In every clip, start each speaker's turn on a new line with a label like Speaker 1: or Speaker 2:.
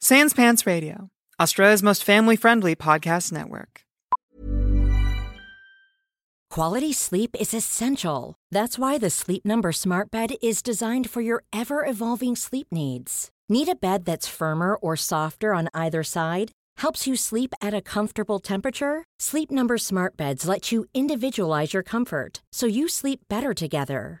Speaker 1: Sans Pants Radio, Australia's most family friendly podcast network.
Speaker 2: Quality sleep is essential. That's why the Sleep Number Smart Bed is designed for your ever evolving sleep needs. Need a bed that's firmer or softer on either side? Helps you sleep at a comfortable temperature? Sleep Number Smart Beds let you individualize your comfort so you sleep better together.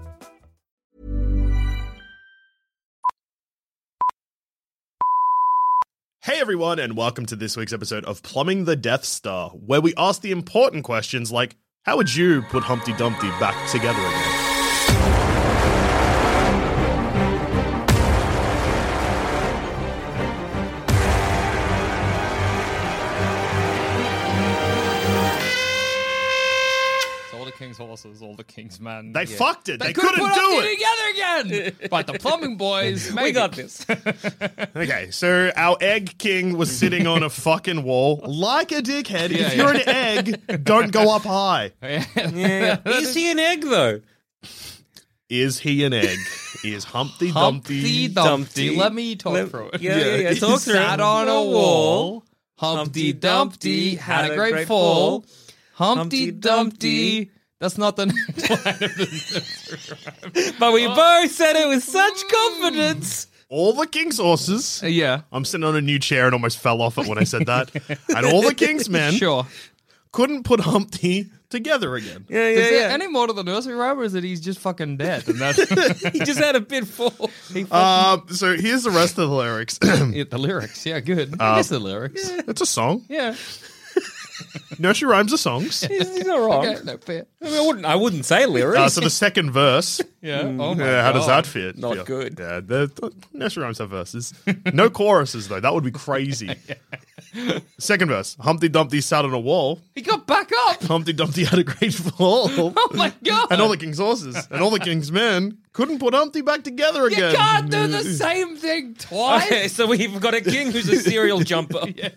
Speaker 3: Hey everyone, and welcome to this week's episode of Plumbing the Death Star, where we ask the important questions like how would you put Humpty Dumpty back together again?
Speaker 4: So all the king's horses, all the king's men.
Speaker 3: They fucked it. They,
Speaker 4: couldn't
Speaker 3: couldn't,
Speaker 4: put
Speaker 3: do
Speaker 4: Humpty
Speaker 3: it.
Speaker 4: together again. but the plumbing boys, we got this.
Speaker 3: Okay, so our egg king was sitting on a fucking wall like a dickhead. if you're an egg, don't go up high.
Speaker 5: Is he an egg though?
Speaker 3: Is he an egg? Is Humpty
Speaker 4: Humpty
Speaker 3: Dumpty?
Speaker 4: Dumpty.
Speaker 5: Dumpty.
Speaker 4: Let me talk
Speaker 5: Let-
Speaker 4: through it.
Speaker 5: yeah, yeah, yeah,
Speaker 4: He
Speaker 5: talk through it.
Speaker 4: sat on a wall. Humpty
Speaker 5: Humpty
Speaker 4: Dumpty
Speaker 5: Dumpty
Speaker 4: had a great fall. Humpty
Speaker 5: Humpty
Speaker 4: Dumpty.
Speaker 5: Dumpty-
Speaker 4: That's not the next line of the
Speaker 5: But we both said it with such confidence.
Speaker 3: All the king's horses.
Speaker 4: Mm. Yeah.
Speaker 3: I'm sitting on a new chair and almost fell off it when I said that. and all the king's men
Speaker 4: Sure.
Speaker 3: couldn't put Humpty together again.
Speaker 5: Yeah,
Speaker 4: Is
Speaker 5: yeah,
Speaker 4: there
Speaker 5: yeah.
Speaker 4: any more to the nursery rhyme, or is it he's just fucking dead? And that's
Speaker 5: he just had a bit fall. Uh,
Speaker 3: Um, so here's the rest of the lyrics.
Speaker 4: it, the lyrics. Yeah, good.
Speaker 3: Uh,
Speaker 4: I guess the lyrics. Yeah.
Speaker 3: It's a song. Nursery rhymes are songs.
Speaker 5: he's, he's not wrong.
Speaker 4: Okay, no fair.
Speaker 5: I, mean, I wouldn't. I wouldn't say lyrics.
Speaker 3: Uh, so the second verse.
Speaker 4: Yeah. Oh my
Speaker 3: Yeah, how does
Speaker 4: God.
Speaker 3: that fit?
Speaker 5: Not
Speaker 3: Yeah.
Speaker 5: good.
Speaker 3: Yeah, the, the- nursery rhymes have verses. No choruses though. That would be crazy. Second verse. Humpty Dumpty sat on a wall.
Speaker 4: He got back up.
Speaker 3: Humpty Dumpty had a great fall.
Speaker 4: Oh my God.
Speaker 3: And all the king's horses and all the king's men couldn't put Humpty back together
Speaker 4: You
Speaker 3: again.
Speaker 4: can't do the same thing twice.
Speaker 5: Okay, so we've got a king who's a serial jumper. Yeah.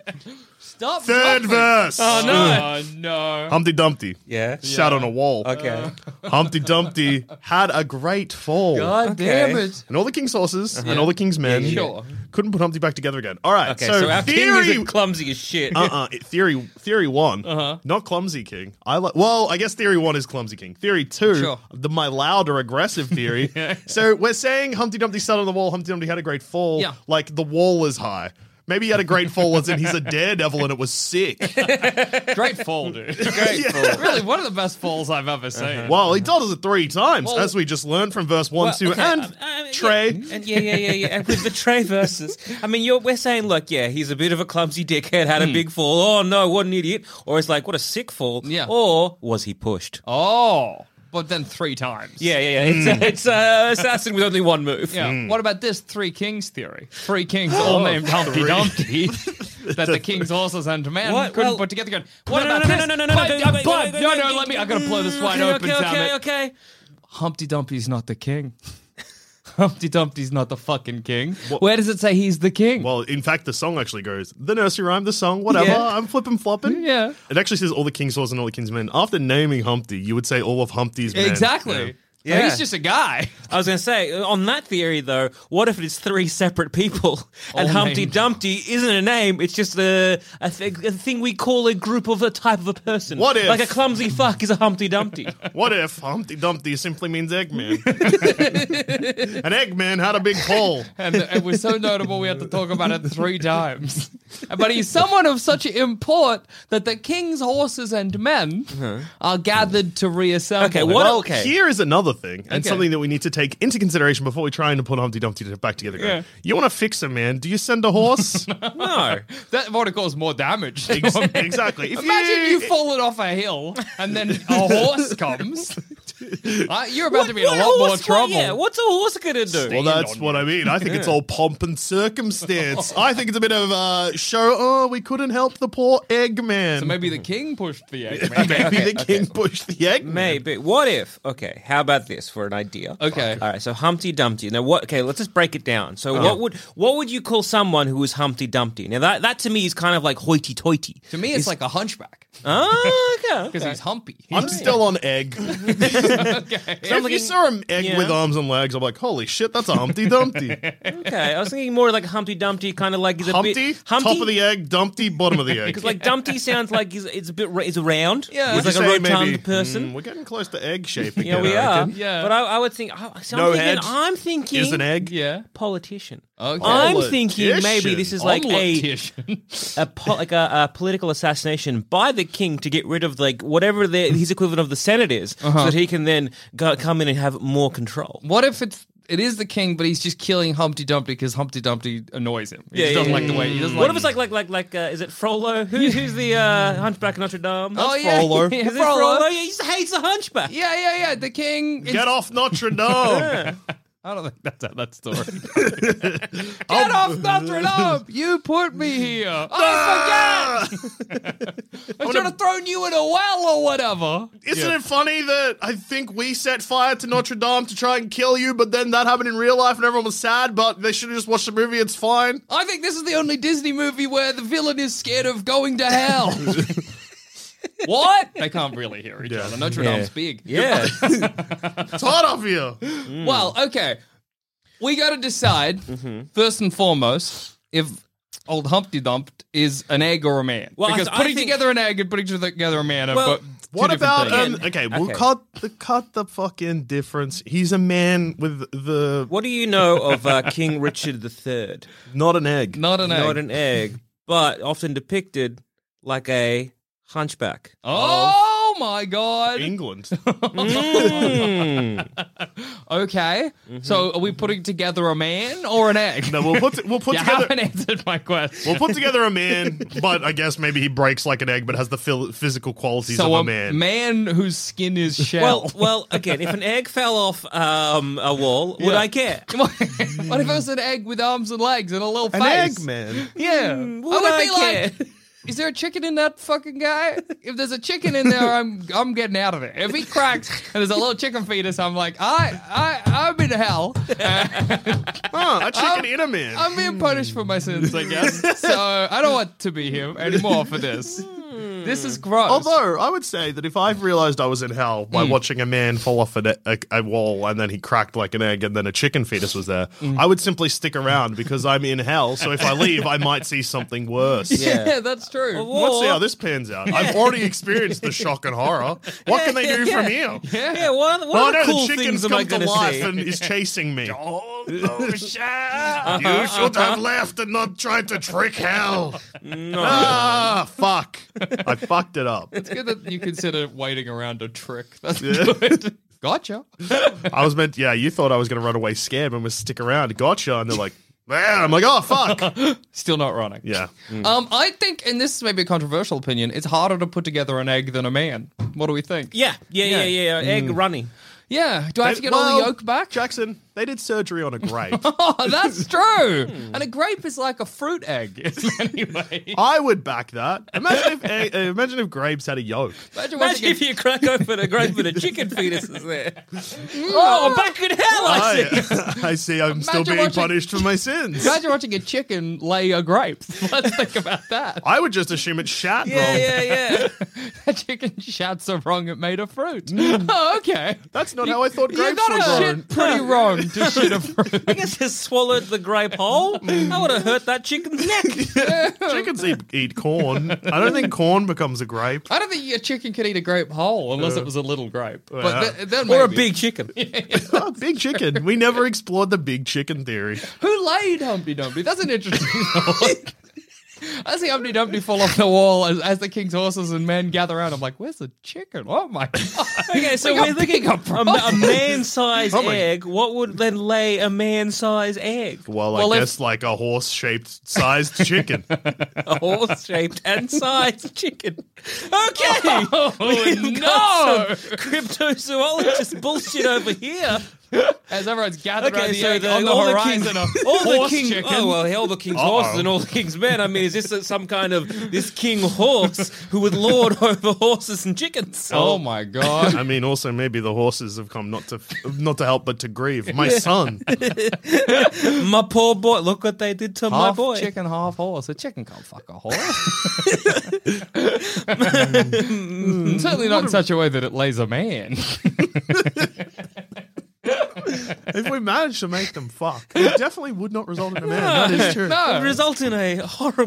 Speaker 4: Stop.
Speaker 3: Third verse.
Speaker 5: Oh no.
Speaker 4: Oh no.
Speaker 3: Humpty Dumpty
Speaker 5: Yeah.
Speaker 3: sat on a wall.
Speaker 5: Okay.
Speaker 3: Humpty Dumpty had a great fall.
Speaker 4: God damn
Speaker 5: okay.
Speaker 4: it.
Speaker 3: and all the king's horses and all the king's men
Speaker 4: Yeah, sure.
Speaker 3: couldn't put Humpty back together again. All right,
Speaker 5: Uh-huh. Okay.
Speaker 3: so,
Speaker 5: So, our
Speaker 3: theory,
Speaker 5: king is clumsy as shit.
Speaker 3: uh-uh, it- theory, theory one,
Speaker 4: Uh-huh.
Speaker 3: not clumsy king. I like. Well, I guess theory one is clumsy king. Theory two,
Speaker 4: Sure.
Speaker 3: the my loud or aggressive theory. So we're saying Humpty Dumpty sat on the wall. Humpty Dumpty had a great fall.
Speaker 4: Yeah.
Speaker 3: Like the wall is high. Maybe he had a great fall as in he's a daredevil and it was sick.
Speaker 4: Great fall, dude.
Speaker 5: Great fall.
Speaker 4: really, one of the best falls I've
Speaker 5: Uh-huh.
Speaker 4: ever seen.
Speaker 3: Well, he does it three times,
Speaker 4: Well-
Speaker 3: as we just learned from verse one,
Speaker 5: Well,
Speaker 3: two,
Speaker 5: okay,
Speaker 3: and
Speaker 5: um, um, yeah,
Speaker 3: Trey.
Speaker 5: And yeah, yeah, yeah, yeah. And with the Trey versus, I mean, you're, we're saying, look, yeah, he's a bit of a clumsy dickhead, had a
Speaker 4: Hmm.
Speaker 5: big fall. Oh no, what an idiot! Or it's like, what a sick fall.
Speaker 4: Yeah.
Speaker 5: Or was he pushed?
Speaker 4: Oh, but then three times.
Speaker 5: Yeah, Mm. yeah, yeah. It's,
Speaker 3: Hmm.
Speaker 5: it's uh, assassin with only one move.
Speaker 4: Yeah. What about this three kings theory? Three kings all
Speaker 5: Oh,
Speaker 4: named Humpty
Speaker 3: three.
Speaker 4: Dumpty. that the king's horses and men
Speaker 5: What?
Speaker 4: couldn't
Speaker 5: Well-
Speaker 4: put together again. What
Speaker 5: no,
Speaker 4: about
Speaker 5: no,
Speaker 4: this?
Speaker 5: no, no, no, no,
Speaker 4: But-
Speaker 5: no,
Speaker 4: uh,
Speaker 5: wait, wait,
Speaker 4: but-
Speaker 5: wait,
Speaker 4: no,
Speaker 5: wait,
Speaker 4: no,
Speaker 5: wait.
Speaker 4: let me. I gotta blow this
Speaker 5: Mm,
Speaker 4: wide
Speaker 5: okay,
Speaker 4: open.
Speaker 5: Okay,
Speaker 4: damn
Speaker 5: okay,
Speaker 4: it.
Speaker 5: okay.
Speaker 4: Humpty Dumpty's not the king. Humpty Dumpty's not the fucking king. Where does it say he's the king?
Speaker 3: Well, in fact, the song actually goes the nursery rhyme, the song, whatever.
Speaker 4: Yeah.
Speaker 3: I'm flipping flopping.
Speaker 4: Yeah.
Speaker 3: It actually says all the king's horses and all the king's men. After naming Humpty, you would say all of Humpty's men.
Speaker 4: exactly.
Speaker 5: Yeah.
Speaker 4: He's just a guy.
Speaker 5: I was going to say, uh, on that theory though, what if it's three separate people
Speaker 4: All
Speaker 5: and Humpty
Speaker 4: named-
Speaker 5: Dumpty isn't a name? It's just a a, th- a thing we call a group of a type of a person.
Speaker 3: What if-
Speaker 5: Like a clumsy fuck is a Humpty Dumpty.
Speaker 3: Yeah. What if Humpty Dumpty simply means Eggman? An Eggman had a big hole.
Speaker 4: And it was so notable we had to talk about it three times. but he's someone of such import that the king's horses and men are gathered to reassemble.
Speaker 5: Uh-huh. Okay, what-
Speaker 4: Well,
Speaker 5: okay.
Speaker 3: Here is another thing, and
Speaker 4: Okay.
Speaker 3: something that we need to take into consideration before we try and put Humpty Dumpty back together. again. You want to fix him, man? Do you send a horse?
Speaker 5: No.
Speaker 4: that might have caused more damage.
Speaker 3: Ex- exactly. If
Speaker 4: Imagine you falling off a hill and then a horse comes. Uh, you're about to be in a lot more
Speaker 5: horse-
Speaker 4: trouble.
Speaker 5: yeah, what's a horse gonna do?
Speaker 3: Well, that's
Speaker 4: on
Speaker 3: what I mean. I think it's all pomp and circumstance. I think it's a bit of a show. Oh, we couldn't help the poor Eggman.
Speaker 4: So maybe the king pushed the egg. man.
Speaker 3: maybe the king pushed the Eggman.
Speaker 5: Maybe. What if? Okay. How about this for an idea?
Speaker 4: Okay.
Speaker 5: All right. So Humpty Dumpty. Now what? Okay. Let's just break it down. So
Speaker 4: Uh-huh.
Speaker 5: what would what would you call someone who is Humpty Dumpty? Now that that to me is kind of like hoity-toity.
Speaker 4: To me, it's like a hunchback
Speaker 5: Oh, okay.
Speaker 4: because he's humpy.
Speaker 3: I'm still on egg. if you saw an egg
Speaker 5: Yeah.
Speaker 3: with arms and legs, I'm like, holy shit, that's a Humpty Dumpty.
Speaker 5: Okay. I was thinking more like Humpty Dumpty, kind of like he's a
Speaker 3: Humpty,
Speaker 5: bit Humpty.
Speaker 3: top of the egg, Dumpty, bottom of the egg.
Speaker 5: because like Dumpty sounds like he's it's a bit ra- it's round.
Speaker 4: Yeah.
Speaker 5: he's
Speaker 3: Would
Speaker 5: like
Speaker 3: you
Speaker 5: a
Speaker 3: say
Speaker 5: rotund
Speaker 3: maybe,
Speaker 5: person.
Speaker 3: "Hmm, we're getting close to egg shape again.
Speaker 5: yeah, we
Speaker 3: I
Speaker 5: are.
Speaker 3: reckon."
Speaker 4: Yeah.
Speaker 5: but I, I would think. oh, I- so
Speaker 3: No
Speaker 5: I'm thinking,
Speaker 3: head
Speaker 5: I'm thinking.
Speaker 3: Is an egg?
Speaker 4: Yeah.
Speaker 5: politician.
Speaker 4: Okay.
Speaker 5: I'm thinking maybe
Speaker 3: Politician.
Speaker 5: this is like a,
Speaker 4: Omelette-tician.
Speaker 5: a, po- like a, a political assassination by the king to get rid of like whatever the, his equivalent of the senate is,
Speaker 4: Uh-huh.
Speaker 5: so that he can then go, come in and have more control.
Speaker 4: What if it's it is the king, but he's just killing Humpty Dumpty because Humpty Dumpty annoys him. He just doesn't like the way he doesn't
Speaker 5: What if
Speaker 4: like.
Speaker 5: it's like like like like uh, is it Frollo? Who, who's the uh, Hunchback of Notre Dame?
Speaker 4: Oh,
Speaker 5: That's
Speaker 4: yeah.
Speaker 5: Frollo.
Speaker 4: Yeah,
Speaker 5: Is it
Speaker 4: Frollo.
Speaker 5: Frollo? He just hates the Hunchback.
Speaker 4: yeah, yeah, yeah. The king. Is,
Speaker 3: Get off Notre Dame.
Speaker 4: I don't think that's how that story. Get off Notre Dame! You put me here.
Speaker 3: Ah!
Speaker 4: I forget. I should have thrown you in a well or whatever.
Speaker 3: Isn't it funny that I think we set fire to Notre Dame to try and kill you, but then that happened in real life and everyone was sad, but they should have just watched the movie, it's fine.
Speaker 4: I think this is the only Disney movie where the villain is scared of going to hell. what? They can't really hear each other. Notre Dame's big.
Speaker 5: Yeah.
Speaker 3: It's hot off you.
Speaker 4: Well, okay. We got to decide first and foremost if old Humpty Dump is an egg or a man.
Speaker 5: Well, I-
Speaker 4: because
Speaker 5: I
Speaker 4: putting
Speaker 5: think-
Speaker 4: together an egg and putting together a man are
Speaker 5: Well,
Speaker 4: but
Speaker 3: What about um,
Speaker 4: things.
Speaker 3: okay, we'll
Speaker 5: Okay.
Speaker 3: cut the cut the fucking difference. He's a man with the
Speaker 5: what do you know of uh, King Richard the Third?
Speaker 3: not an egg.
Speaker 4: not an egg?
Speaker 5: Not an egg, but often depicted like a hunchback.
Speaker 4: oh my god!
Speaker 3: England.
Speaker 4: Okay, so are we putting together a man or an egg?
Speaker 3: No, we'll put we'll put
Speaker 4: you
Speaker 3: together
Speaker 4: haven't answered my question.
Speaker 3: we'll put together a man, but I guess maybe he breaks like an egg, but has the phil- physical qualities
Speaker 4: so
Speaker 3: of
Speaker 4: a man. whose skin is shell.
Speaker 5: Well, well, again, if an egg fell off um, a wall, would
Speaker 4: Yeah.
Speaker 5: I care?
Speaker 4: what if it was an egg with arms and legs and a little
Speaker 3: An
Speaker 4: face?
Speaker 3: egg man.
Speaker 4: Yeah.
Speaker 5: would
Speaker 4: I would
Speaker 5: I
Speaker 4: Oh, be
Speaker 5: care?
Speaker 4: like, is there a chicken in that fucking guy? If there's a chicken in there, I'm I'm getting out of there. If he cracks and there's a little chicken fetus, I'm like, I I I'm in hell.
Speaker 3: Huh, Ah, a
Speaker 4: Um,
Speaker 3: chicken in a man.
Speaker 4: I'm being punished for my sins, I guess. So I don't want to be here anymore for this. This is gross.
Speaker 3: Although I would say that if I've realized I was in hell
Speaker 5: Mm.
Speaker 3: by watching a man fall off an, e, a, a wall and then he cracked like an egg and then a chicken fetus was there,
Speaker 5: Mm.
Speaker 3: I would simply stick around because I'm in hell. So if I leave, I might see something worse.
Speaker 4: yeah.
Speaker 5: Yeah.
Speaker 4: that's true.
Speaker 5: Or-
Speaker 3: Let's see how this pans out. I've already experienced the shock and horror. What can they do from here?
Speaker 4: yeah.
Speaker 5: Yeah, what are, what
Speaker 3: Well, Oh, I
Speaker 5: are the
Speaker 3: know
Speaker 5: cool
Speaker 3: the chicken's
Speaker 5: things am
Speaker 3: come
Speaker 5: I
Speaker 3: to
Speaker 5: going to
Speaker 3: life
Speaker 5: see?
Speaker 3: and is chasing me. Oh, no, shit. You should have left and not tried to trick hell. Ah, fuck. I fucked it up.
Speaker 4: It's good that you consider waiting around a trick. That's good. Gotcha.
Speaker 3: I was meant, yeah, you thought I was going to run away scared and was stick around. Gotcha. And they're like, man, I'm like, oh, fuck.
Speaker 4: Still not running.
Speaker 3: Yeah.
Speaker 4: Um, I think, and this is maybe a controversial opinion, it's harder to put together an egg than a man. What do we think?
Speaker 5: Yeah, yeah, yeah, yeah. yeah.
Speaker 3: Mm.
Speaker 5: Egg running.
Speaker 4: Yeah. Do I have to get all the
Speaker 3: Well,
Speaker 4: yolk back?
Speaker 3: Jackson, they did surgery on a grape.
Speaker 4: Oh, that's true.
Speaker 3: Hmm.
Speaker 4: and a grape is like a fruit egg in many ways.
Speaker 3: I would back that. Imagine if, eh, eh, imagine if grapes had a yolk.
Speaker 4: Imagine once
Speaker 5: Imagine
Speaker 4: again-
Speaker 5: if you crack open a grape and a chicken fetus is there. oh, I'm back in hell,
Speaker 3: Oh,
Speaker 5: I see.
Speaker 3: I, I see I'm still
Speaker 4: Imagine
Speaker 3: being
Speaker 4: watching-
Speaker 3: punished for my sins.
Speaker 4: Imagine watching a chicken lay a grape. Let's think about that.
Speaker 3: I would just assume it's shat
Speaker 5: Yeah,
Speaker 3: wrong.
Speaker 5: yeah, yeah.
Speaker 4: A chicken shouts are wrong, it made a fruit. Oh, okay.
Speaker 3: That's not how I thought
Speaker 4: You
Speaker 3: Hmm. grapes
Speaker 4: got
Speaker 3: were
Speaker 4: a
Speaker 3: grown.
Speaker 4: shit pretty wrong to shit a fruit.
Speaker 5: I guess I swallowed the grape whole.
Speaker 3: Mm.
Speaker 5: I would have hurt that chicken's neck.
Speaker 3: Chickens eat, eat corn. I don't think corn becomes a grape.
Speaker 4: I don't think a chicken could eat a grape whole unless it was a little grape.
Speaker 3: Yeah.
Speaker 4: But th- then
Speaker 5: or a
Speaker 4: maybe.
Speaker 5: big chicken.
Speaker 3: Oh, big chicken. We never explored the big chicken theory.
Speaker 4: Who laid Humpty Dumpty? That's an interesting thought. I see Humpty Dumpty fall off the wall as, as the king's horses and men gather around. I'm like, where's the chicken? Oh my god.
Speaker 5: Okay, so
Speaker 4: We got
Speaker 5: we're looking
Speaker 4: bigger
Speaker 5: a, a
Speaker 4: problems.
Speaker 5: man-sized
Speaker 3: Oh my-
Speaker 5: egg. What would then lay a man-sized egg?
Speaker 3: Well, I
Speaker 4: Well, if-
Speaker 3: guess like a horse shaped sized chicken.
Speaker 5: A horse-shaped and sized chicken. Okay, we've got
Speaker 4: Oh, no.
Speaker 5: some cryptozoologist bullshit over here.
Speaker 4: As everyone's gathered around
Speaker 5: Okay,
Speaker 4: the
Speaker 5: so
Speaker 4: egg
Speaker 5: the,
Speaker 4: on the
Speaker 5: all
Speaker 4: horizon,
Speaker 5: the
Speaker 4: a
Speaker 5: kings, all the
Speaker 4: horse
Speaker 5: king,
Speaker 4: chicken.
Speaker 5: oh well, all the king's horses and all the king's men. I mean, is this some kind of this king horse who would lord over horses and chickens?
Speaker 4: oh my god.
Speaker 3: I mean, also maybe the horses have come not to not to help but to grieve. My son,
Speaker 5: my poor boy! Look what they did to my
Speaker 4: half
Speaker 5: boy.
Speaker 4: chicken, half horse. A chicken can't fuck a horse. Certainly not in such a way that it lays a man.
Speaker 3: if we managed to make them fuck, it definitely would not result in a man. That is true.
Speaker 4: Oh.
Speaker 5: It would result in a horrible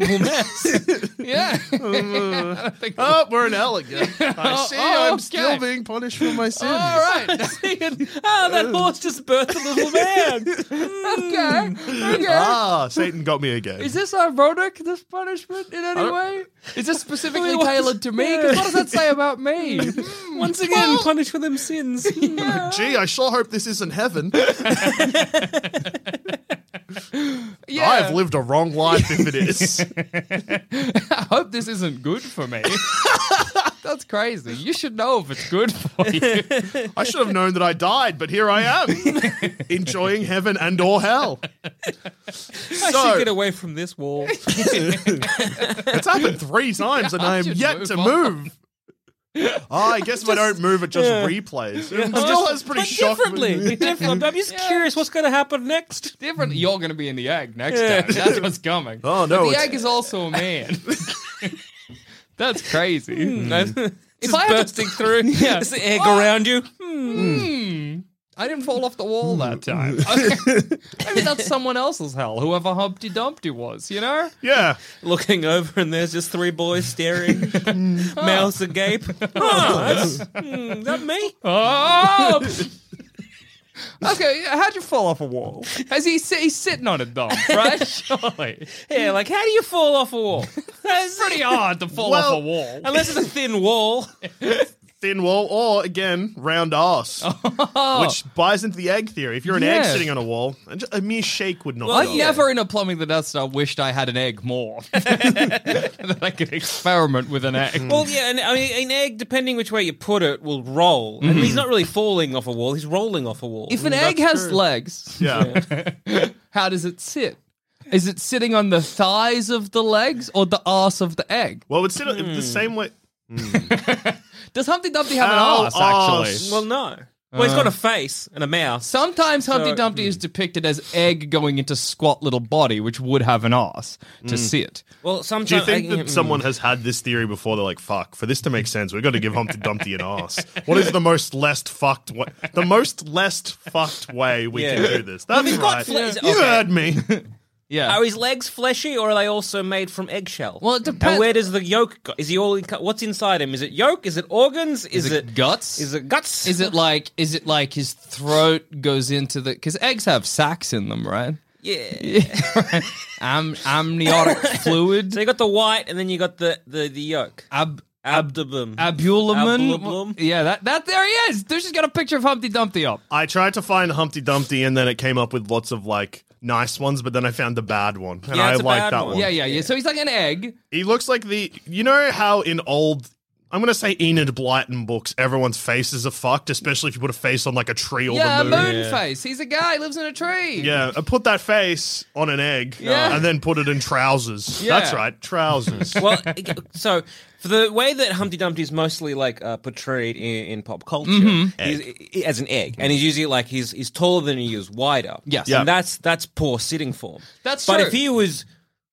Speaker 5: mess.
Speaker 4: Yeah.
Speaker 3: Oh, we're in hell again. I see.
Speaker 4: Oh,
Speaker 3: I'm
Speaker 4: okay.
Speaker 3: still being punished for my sins.
Speaker 4: All right.
Speaker 5: oh, that horse just birthed a little man.
Speaker 4: Okay. Okay.
Speaker 3: Ah, Satan got me again.
Speaker 4: Is this ironic, this punishment, in any way? Is this specifically
Speaker 5: what-
Speaker 4: tailored to me? Because what does that say about me?
Speaker 3: Mm.
Speaker 5: Once again, punished for them sins.
Speaker 3: Gee, I sure hope this isn't heaven.
Speaker 4: yeah.
Speaker 3: I have lived a wrong life if it is.
Speaker 4: I hope this isn't good for me. That's crazy. You should know if it's good for you.
Speaker 3: I should have known that I died, but here I am, enjoying heaven and or hell.
Speaker 5: I should
Speaker 3: So
Speaker 5: get away from this wall.
Speaker 3: it's happened three times, and I am
Speaker 4: should
Speaker 3: yet
Speaker 4: move
Speaker 3: to
Speaker 4: on.
Speaker 3: move. Oh, I guess if I don't move, it just replays. It still has pretty
Speaker 5: but
Speaker 3: shock.
Speaker 5: differently. different. I'm just curious what's going to happen next.
Speaker 4: Different. You're going to be in the egg next time. That's what's coming.
Speaker 3: Oh no,
Speaker 4: the
Speaker 3: it's,
Speaker 4: egg is also a man. That's crazy. Mm. That's- if I had
Speaker 5: Just
Speaker 4: to-
Speaker 5: bursting through.
Speaker 4: Yeah.
Speaker 5: Is the egg around you?
Speaker 4: I didn't fall off the wall that time. Okay. Maybe that's someone else's hell, whoever Humpty Dumpty was, you know?
Speaker 3: yeah.
Speaker 5: Looking over, and there's just three boys staring, mouths agape. Oh, that's, hmm, that me?
Speaker 4: Oh! okay, how'd you fall off a wall? Has he, he's sitting on a dump, right? Surely.
Speaker 5: Yeah, like, how do you fall off a wall?
Speaker 4: It's pretty hard to fall
Speaker 3: Well-
Speaker 4: off a wall.
Speaker 5: Unless it's a thin wall.
Speaker 3: thin wall, or again, round ass, which buys into the egg theory. If you're an egg
Speaker 4: Oh. Yeah.
Speaker 3: sitting on a wall, a j- a mere shake would not.
Speaker 5: Well,
Speaker 3: do
Speaker 4: I've
Speaker 3: it.
Speaker 5: yeah.
Speaker 4: never in a plumbing the Death Star wished I had an egg more. that I could experiment with an egg.
Speaker 5: Well, yeah, and I mean, an egg, depending which way you put it, will roll. And he's not really falling off a wall; he's rolling off a wall.
Speaker 4: if an egg has legs,
Speaker 3: Yeah.
Speaker 4: how does it sit? Is it sitting on the thighs of the legs or the arse of the egg?
Speaker 3: Well, it's still
Speaker 4: Hmm.
Speaker 3: the same way.
Speaker 4: Does Humpty Dumpty have an
Speaker 3: Ow,
Speaker 4: arse, actually?
Speaker 3: arse.
Speaker 5: well, no. Well, he's got a face and a mouth.
Speaker 4: Sometimes Humpty
Speaker 5: So-
Speaker 4: Dumpty is depicted as egg going into squat little body, which would have an arse to sit.
Speaker 5: Well, sometimes
Speaker 3: Do you think that someone has had this theory before? They're like, "Fuck! For this to make sense, we've got to give Humpty Dumpty an ass." What is the most less fucked? Wa- the most less fucked way we
Speaker 5: Yeah.
Speaker 3: can do this? That's
Speaker 5: he's got
Speaker 3: right.
Speaker 5: fleas-
Speaker 3: You
Speaker 5: okay.
Speaker 3: heard me.
Speaker 4: Yeah.
Speaker 5: are his legs fleshy, or are they also made from eggshell?
Speaker 4: Well, it depends-
Speaker 5: And where does the yolk go? Is he all? in- What's inside him? Is it yolk? Is it organs? Is,
Speaker 4: is it guts?
Speaker 5: Is it guts?
Speaker 4: Is it like is it like his throat goes into the because eggs have sacs in them, right?
Speaker 5: yeah?
Speaker 4: Am, amniotic
Speaker 5: So
Speaker 4: fluid,
Speaker 5: you got the white, and then you got the the, the yolk.
Speaker 4: ab, ab,
Speaker 5: Abdomen.
Speaker 4: abulamen.
Speaker 5: Abulum.
Speaker 4: Yeah, that that there he is. There's just got a picture of Humpty Dumpty up.
Speaker 3: I tried to find Humpty Dumpty, and then it came up with lots of like nice ones, but then I found the bad one, and
Speaker 5: Yeah,
Speaker 3: I
Speaker 5: it's a
Speaker 3: like
Speaker 5: bad
Speaker 3: that
Speaker 5: one.
Speaker 3: one.
Speaker 4: Yeah, Oh, yeah, yeah. So he's like an egg.
Speaker 3: He looks like the. You know how in old. I'm going to say Enid Blyton books, everyone's faces are fucked, especially if you put a face on like a tree or
Speaker 4: yeah, a
Speaker 3: the moon.
Speaker 4: moon face. He's a guy lives in a tree.
Speaker 3: Yeah, I put that face on an egg
Speaker 4: Yeah.
Speaker 3: and then put it in trousers.
Speaker 4: Yeah.
Speaker 3: That's right, trousers.
Speaker 5: well, so for the way that Humpty Dumpty is mostly like uh, portrayed in, in pop culture he's, i- as an egg, and he's usually like he's he's taller than he is wider.
Speaker 4: Yes.
Speaker 3: Yeah.
Speaker 5: and that's that's poor sitting form.
Speaker 4: That's
Speaker 5: but
Speaker 4: true.
Speaker 5: if he was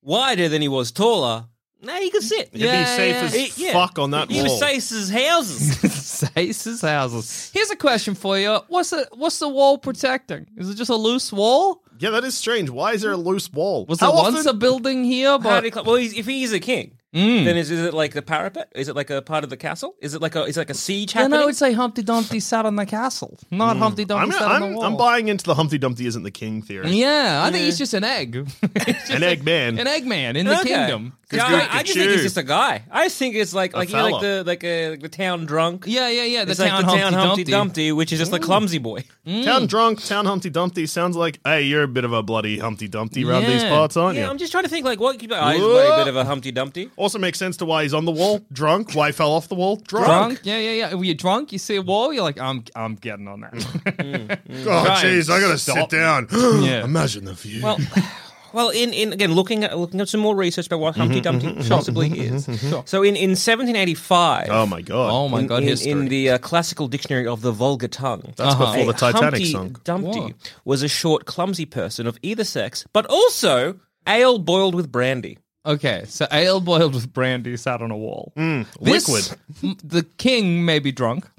Speaker 5: wider than he was taller, nah, he could sit.
Speaker 3: You'd be
Speaker 4: Yeah,
Speaker 3: safe
Speaker 4: yeah,
Speaker 3: as
Speaker 5: He- yeah.
Speaker 3: fuck on that
Speaker 5: He
Speaker 3: wall.
Speaker 5: was safe as houses.
Speaker 4: Saces houses. Here's a question for you. What's the what's the wall protecting? Is it just a loose wall?
Speaker 3: yeah, that is strange. Why is there a loose wall?
Speaker 4: Was
Speaker 3: How
Speaker 4: there once a
Speaker 3: often-
Speaker 4: building here?
Speaker 5: How
Speaker 4: But
Speaker 5: do you cla- well, he's, if he's a king,
Speaker 3: Mm.
Speaker 5: then is, is it like the parapet? Is it like a part of the castle? Is it like a is it like a siege
Speaker 4: then
Speaker 5: happening?
Speaker 4: I would say Humpty Dumpty sat on the castle, not Humpty
Speaker 3: I'm,
Speaker 4: Dumpty sat on
Speaker 3: I'm,
Speaker 4: the wall.
Speaker 3: I'm buying into the Humpty Dumpty isn't the king theory.
Speaker 4: Yeah, I think he's just an egg.
Speaker 3: An egg man.
Speaker 4: an egg man in the
Speaker 5: Okay.
Speaker 4: kingdom.
Speaker 5: Yeah,
Speaker 3: Dude
Speaker 5: I, I
Speaker 3: could
Speaker 5: just think
Speaker 3: chew.
Speaker 5: he's just a guy. I just think it's like like you know, like
Speaker 3: fella.
Speaker 5: the like a like the town drunk.
Speaker 4: Yeah, yeah, yeah. The
Speaker 5: it's
Speaker 4: town,
Speaker 5: like the
Speaker 4: Humpty,
Speaker 5: town Humpty Dumpty,
Speaker 4: Dumpty.
Speaker 5: which is just a clumsy boy.
Speaker 4: Mm.
Speaker 3: Town drunk, town Humpty Dumpty sounds like, hey, you're a bit of a bloody Humpty Dumpty around these
Speaker 4: Yeah.
Speaker 3: parts, aren't
Speaker 5: Yeah,
Speaker 3: you?
Speaker 5: I'm just trying to think like what could be I just play a bit of a Humpty Dumpty.
Speaker 3: also makes sense to why he's on the wall, drunk. Why he fell off the wall, drunk.
Speaker 4: Drunk? Yeah, yeah, yeah. When you're drunk, you see a wall, you're like, I'm, I'm getting on that.
Speaker 3: Oh,
Speaker 4: Right.
Speaker 3: jeez, I gotta sit
Speaker 4: Stop.
Speaker 3: down.
Speaker 4: Yeah.
Speaker 3: Imagine the view.
Speaker 5: Well, well, in, in again looking at looking up some more research about
Speaker 3: Mm-hmm,
Speaker 5: what Humpty Dumpty possibly is. So in, in 1785,
Speaker 3: oh my god.
Speaker 4: oh my
Speaker 5: in,
Speaker 4: god,
Speaker 5: in,
Speaker 4: history.
Speaker 5: in the uh, classical dictionary of the vulgar tongue,
Speaker 3: That's
Speaker 4: Uh-huh.
Speaker 3: before the
Speaker 5: a
Speaker 3: Titanic
Speaker 5: Humpty
Speaker 3: sunk.
Speaker 5: Dumpty
Speaker 4: Whoa.
Speaker 5: was a short, clumsy person of either sex, but also ale boiled with brandy.
Speaker 4: Okay, so ale boiled with brandy sat on a wall.
Speaker 5: Mm,
Speaker 4: This-
Speaker 3: liquid.
Speaker 4: m- The king may be drunk.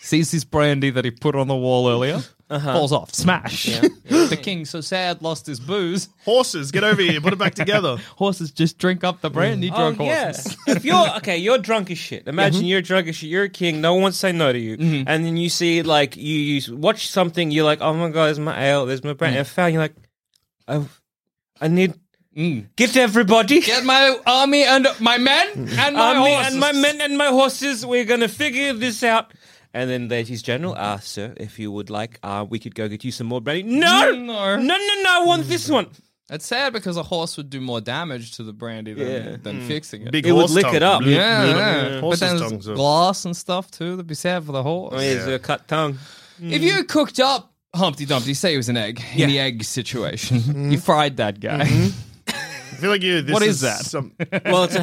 Speaker 4: sees his brandy that he put on the wall earlier.
Speaker 5: Uh-huh.
Speaker 4: Falls off. Smash. the king, so sad, lost his booze.
Speaker 3: Horses, get over here. Put it back together.
Speaker 4: Horses just drink up the brandy.
Speaker 5: Mm.
Speaker 4: Drunk horses.
Speaker 5: yeah. Oh, if you're okay, you're drunk as shit. Imagine
Speaker 4: Mm-hmm.
Speaker 5: you're drunk as shit. You're a king. No one wants to say no to you. And then you see like you, you watch something. You're like, oh my god, there's my ale. There's my
Speaker 4: Mm.
Speaker 5: brand. And foul. You're like, oh, I need get everybody.
Speaker 4: Mm. Get my army and my men and my
Speaker 5: Army
Speaker 4: horses.
Speaker 5: Um, and my men and my horses. We're gonna figure this out. And then there's his general. Ah, sir, if you would like, uh, we could go get you some more brandy. No,
Speaker 4: No.
Speaker 5: no, no, no. I want this one.
Speaker 4: It's sad because a horse would do more damage to the brandy than,
Speaker 5: Yeah.
Speaker 4: than fixing it.
Speaker 3: Hmm. Big
Speaker 5: It would
Speaker 3: horse
Speaker 5: lick
Speaker 3: tongue.
Speaker 5: it up.
Speaker 3: Bleh,
Speaker 4: yeah,
Speaker 3: bleh,
Speaker 4: yeah.
Speaker 3: bleh.
Speaker 4: but
Speaker 3: Horses
Speaker 4: then
Speaker 3: tongues
Speaker 4: there's
Speaker 3: are-
Speaker 4: glass and stuff too. That'd be sad for the horse.
Speaker 5: Oh, here's
Speaker 3: Yeah.
Speaker 5: a cut tongue.
Speaker 4: If you cooked up Humpty Dumpty, say it was an egg in the egg situation, you fried that guy.
Speaker 3: I feel like you. This
Speaker 4: What is
Speaker 3: is
Speaker 4: that?
Speaker 3: Some,
Speaker 5: Well, it's a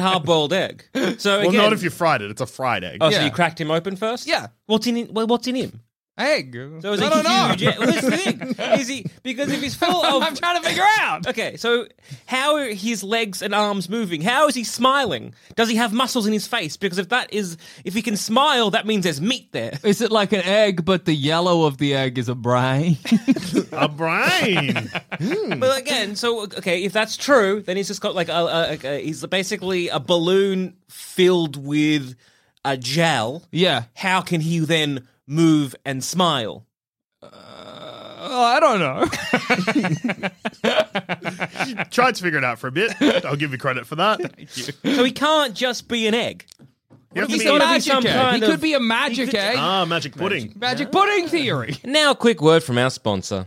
Speaker 5: hard-boiled egg. So
Speaker 3: well,
Speaker 5: again,
Speaker 3: not if you fried it. It's a fried egg.
Speaker 5: Oh,
Speaker 4: Yeah.
Speaker 5: so you cracked him open first?
Speaker 4: Yeah.
Speaker 5: What's in? Well, what's in him?
Speaker 4: Egg.
Speaker 5: So is
Speaker 4: I
Speaker 5: he
Speaker 4: don't know.
Speaker 5: huge? Yeah, well, that's the thing. Is he because if he's full
Speaker 4: I'm
Speaker 5: of?
Speaker 4: trying to figure out.
Speaker 5: Okay, so how are his legs and arms moving? How is he smiling? Does he have muscles in his face? Because if that is, if he can smile, that means there's meat there.
Speaker 4: Is it like an egg, but the yellow of the egg is a brain?
Speaker 3: A brain.
Speaker 5: Well, again, so okay, if that's true, then he's just got like a, a, a, he's basically a balloon filled with a gel.
Speaker 4: yeah.
Speaker 5: How can he then move and smile?
Speaker 4: Oh, Uh, I don't know.
Speaker 3: Tried to figure it out for a bit. I'll give you credit for that.
Speaker 5: So he can't just be an egg.
Speaker 3: You have to
Speaker 5: He's
Speaker 3: be-
Speaker 5: got
Speaker 4: magic
Speaker 5: some
Speaker 4: egg.
Speaker 5: kind
Speaker 4: he could
Speaker 5: of-
Speaker 4: be a magic egg.
Speaker 3: ah, magic pudding.
Speaker 4: magic pudding theory.
Speaker 5: Now, a quick word from our sponsor.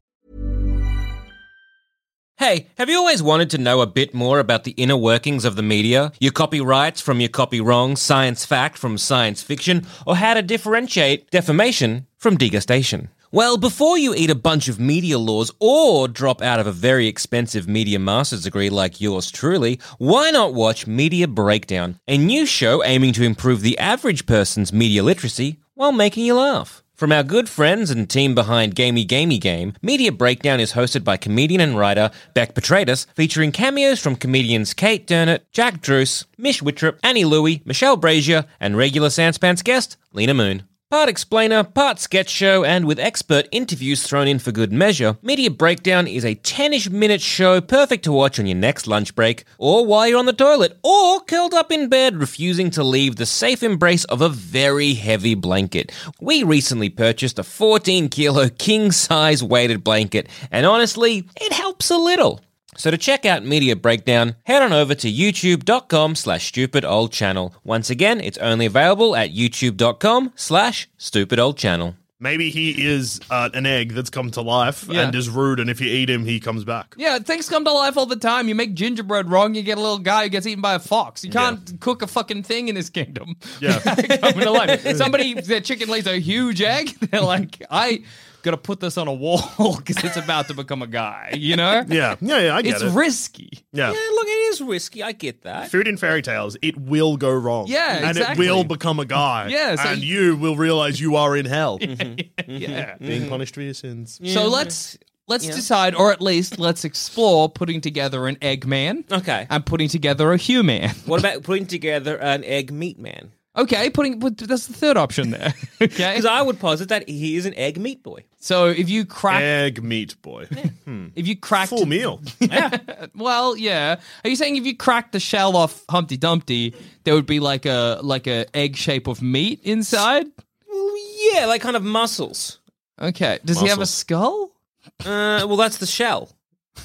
Speaker 5: Hey, have you always wanted to know a bit more about the inner workings of the media? Your copyrights from your copy wrong, science fact from science fiction, or how to differentiate defamation from degustation? Well, before you eat a bunch of media laws or drop out of a very expensive media master's degree like yours truly, why not watch Media Breakdown, a new show aiming to improve the average person's media literacy while making you laugh? From our good friends and team behind Gamey Gamey Game, Media Breakdown is hosted by comedian and writer Beck Petratus, featuring cameos from comedians Kate Dernett, Jack Druce, Mish Wittrup, Annie Louie, Michelle Brazier, and regular Sanspants guest, Lena Moon. Part explainer, part sketch show, and with expert interviews thrown in for good measure, Media Breakdown is a 10 ish minute show perfect to watch on your next lunch break, or while you're on the toilet, or curled up in bed refusing to leave the safe embrace of a very heavy blanket. We recently purchased a 14 kilo king size weighted blanket, and honestly, it helps a little. So to check out Media Breakdown, head on over to youtube.com slash stupid old channel. Once again, it's only available at youtube.com slash stupid old channel.
Speaker 3: Maybe he is uh, an egg that's come to life
Speaker 4: Yeah.
Speaker 3: and is rude, and if you eat him, he comes back.
Speaker 4: Yeah, things come to life all the time. You make gingerbread wrong, you get a little guy who gets eaten by a fox. You can't cook a fucking thing in this kingdom.
Speaker 3: Yeah.
Speaker 4: Coming to life. Somebody, their chicken lays a huge egg. They're like, I gotta put this on a wall because it's about to become a guy. You know?
Speaker 3: Yeah, yeah, yeah. I get
Speaker 4: it's
Speaker 3: it.
Speaker 4: risky.
Speaker 3: Yeah.
Speaker 5: look, it is risky. I get that.
Speaker 3: Food in fairy tales, it will go wrong.
Speaker 4: Yeah,
Speaker 3: and
Speaker 4: exactly.
Speaker 3: it will become a guy.
Speaker 4: Yeah, so
Speaker 3: and you will realize you are in hell.
Speaker 4: Yeah.
Speaker 3: being punished for your sins.
Speaker 4: So let's let's decide, or at least let's explore putting together an Eggman
Speaker 5: Okay.
Speaker 4: and putting together a human.
Speaker 5: What about putting together an egg meat man?
Speaker 4: Okay, putting but that's the third option there. Okay,
Speaker 5: Because I would posit that he is an egg meat boy.
Speaker 4: so if you crack,
Speaker 3: egg meat boy.
Speaker 4: if you crack,
Speaker 3: Full meal.
Speaker 4: well, yeah. Are you saying if you cracked the shell off Humpty Dumpty, there would be like a like a egg shape of meat inside?
Speaker 5: Well, yeah, like kind of muscles.
Speaker 4: Okay, does he have a
Speaker 3: Muscles.
Speaker 4: skull?
Speaker 5: Uh, well, that's the shell.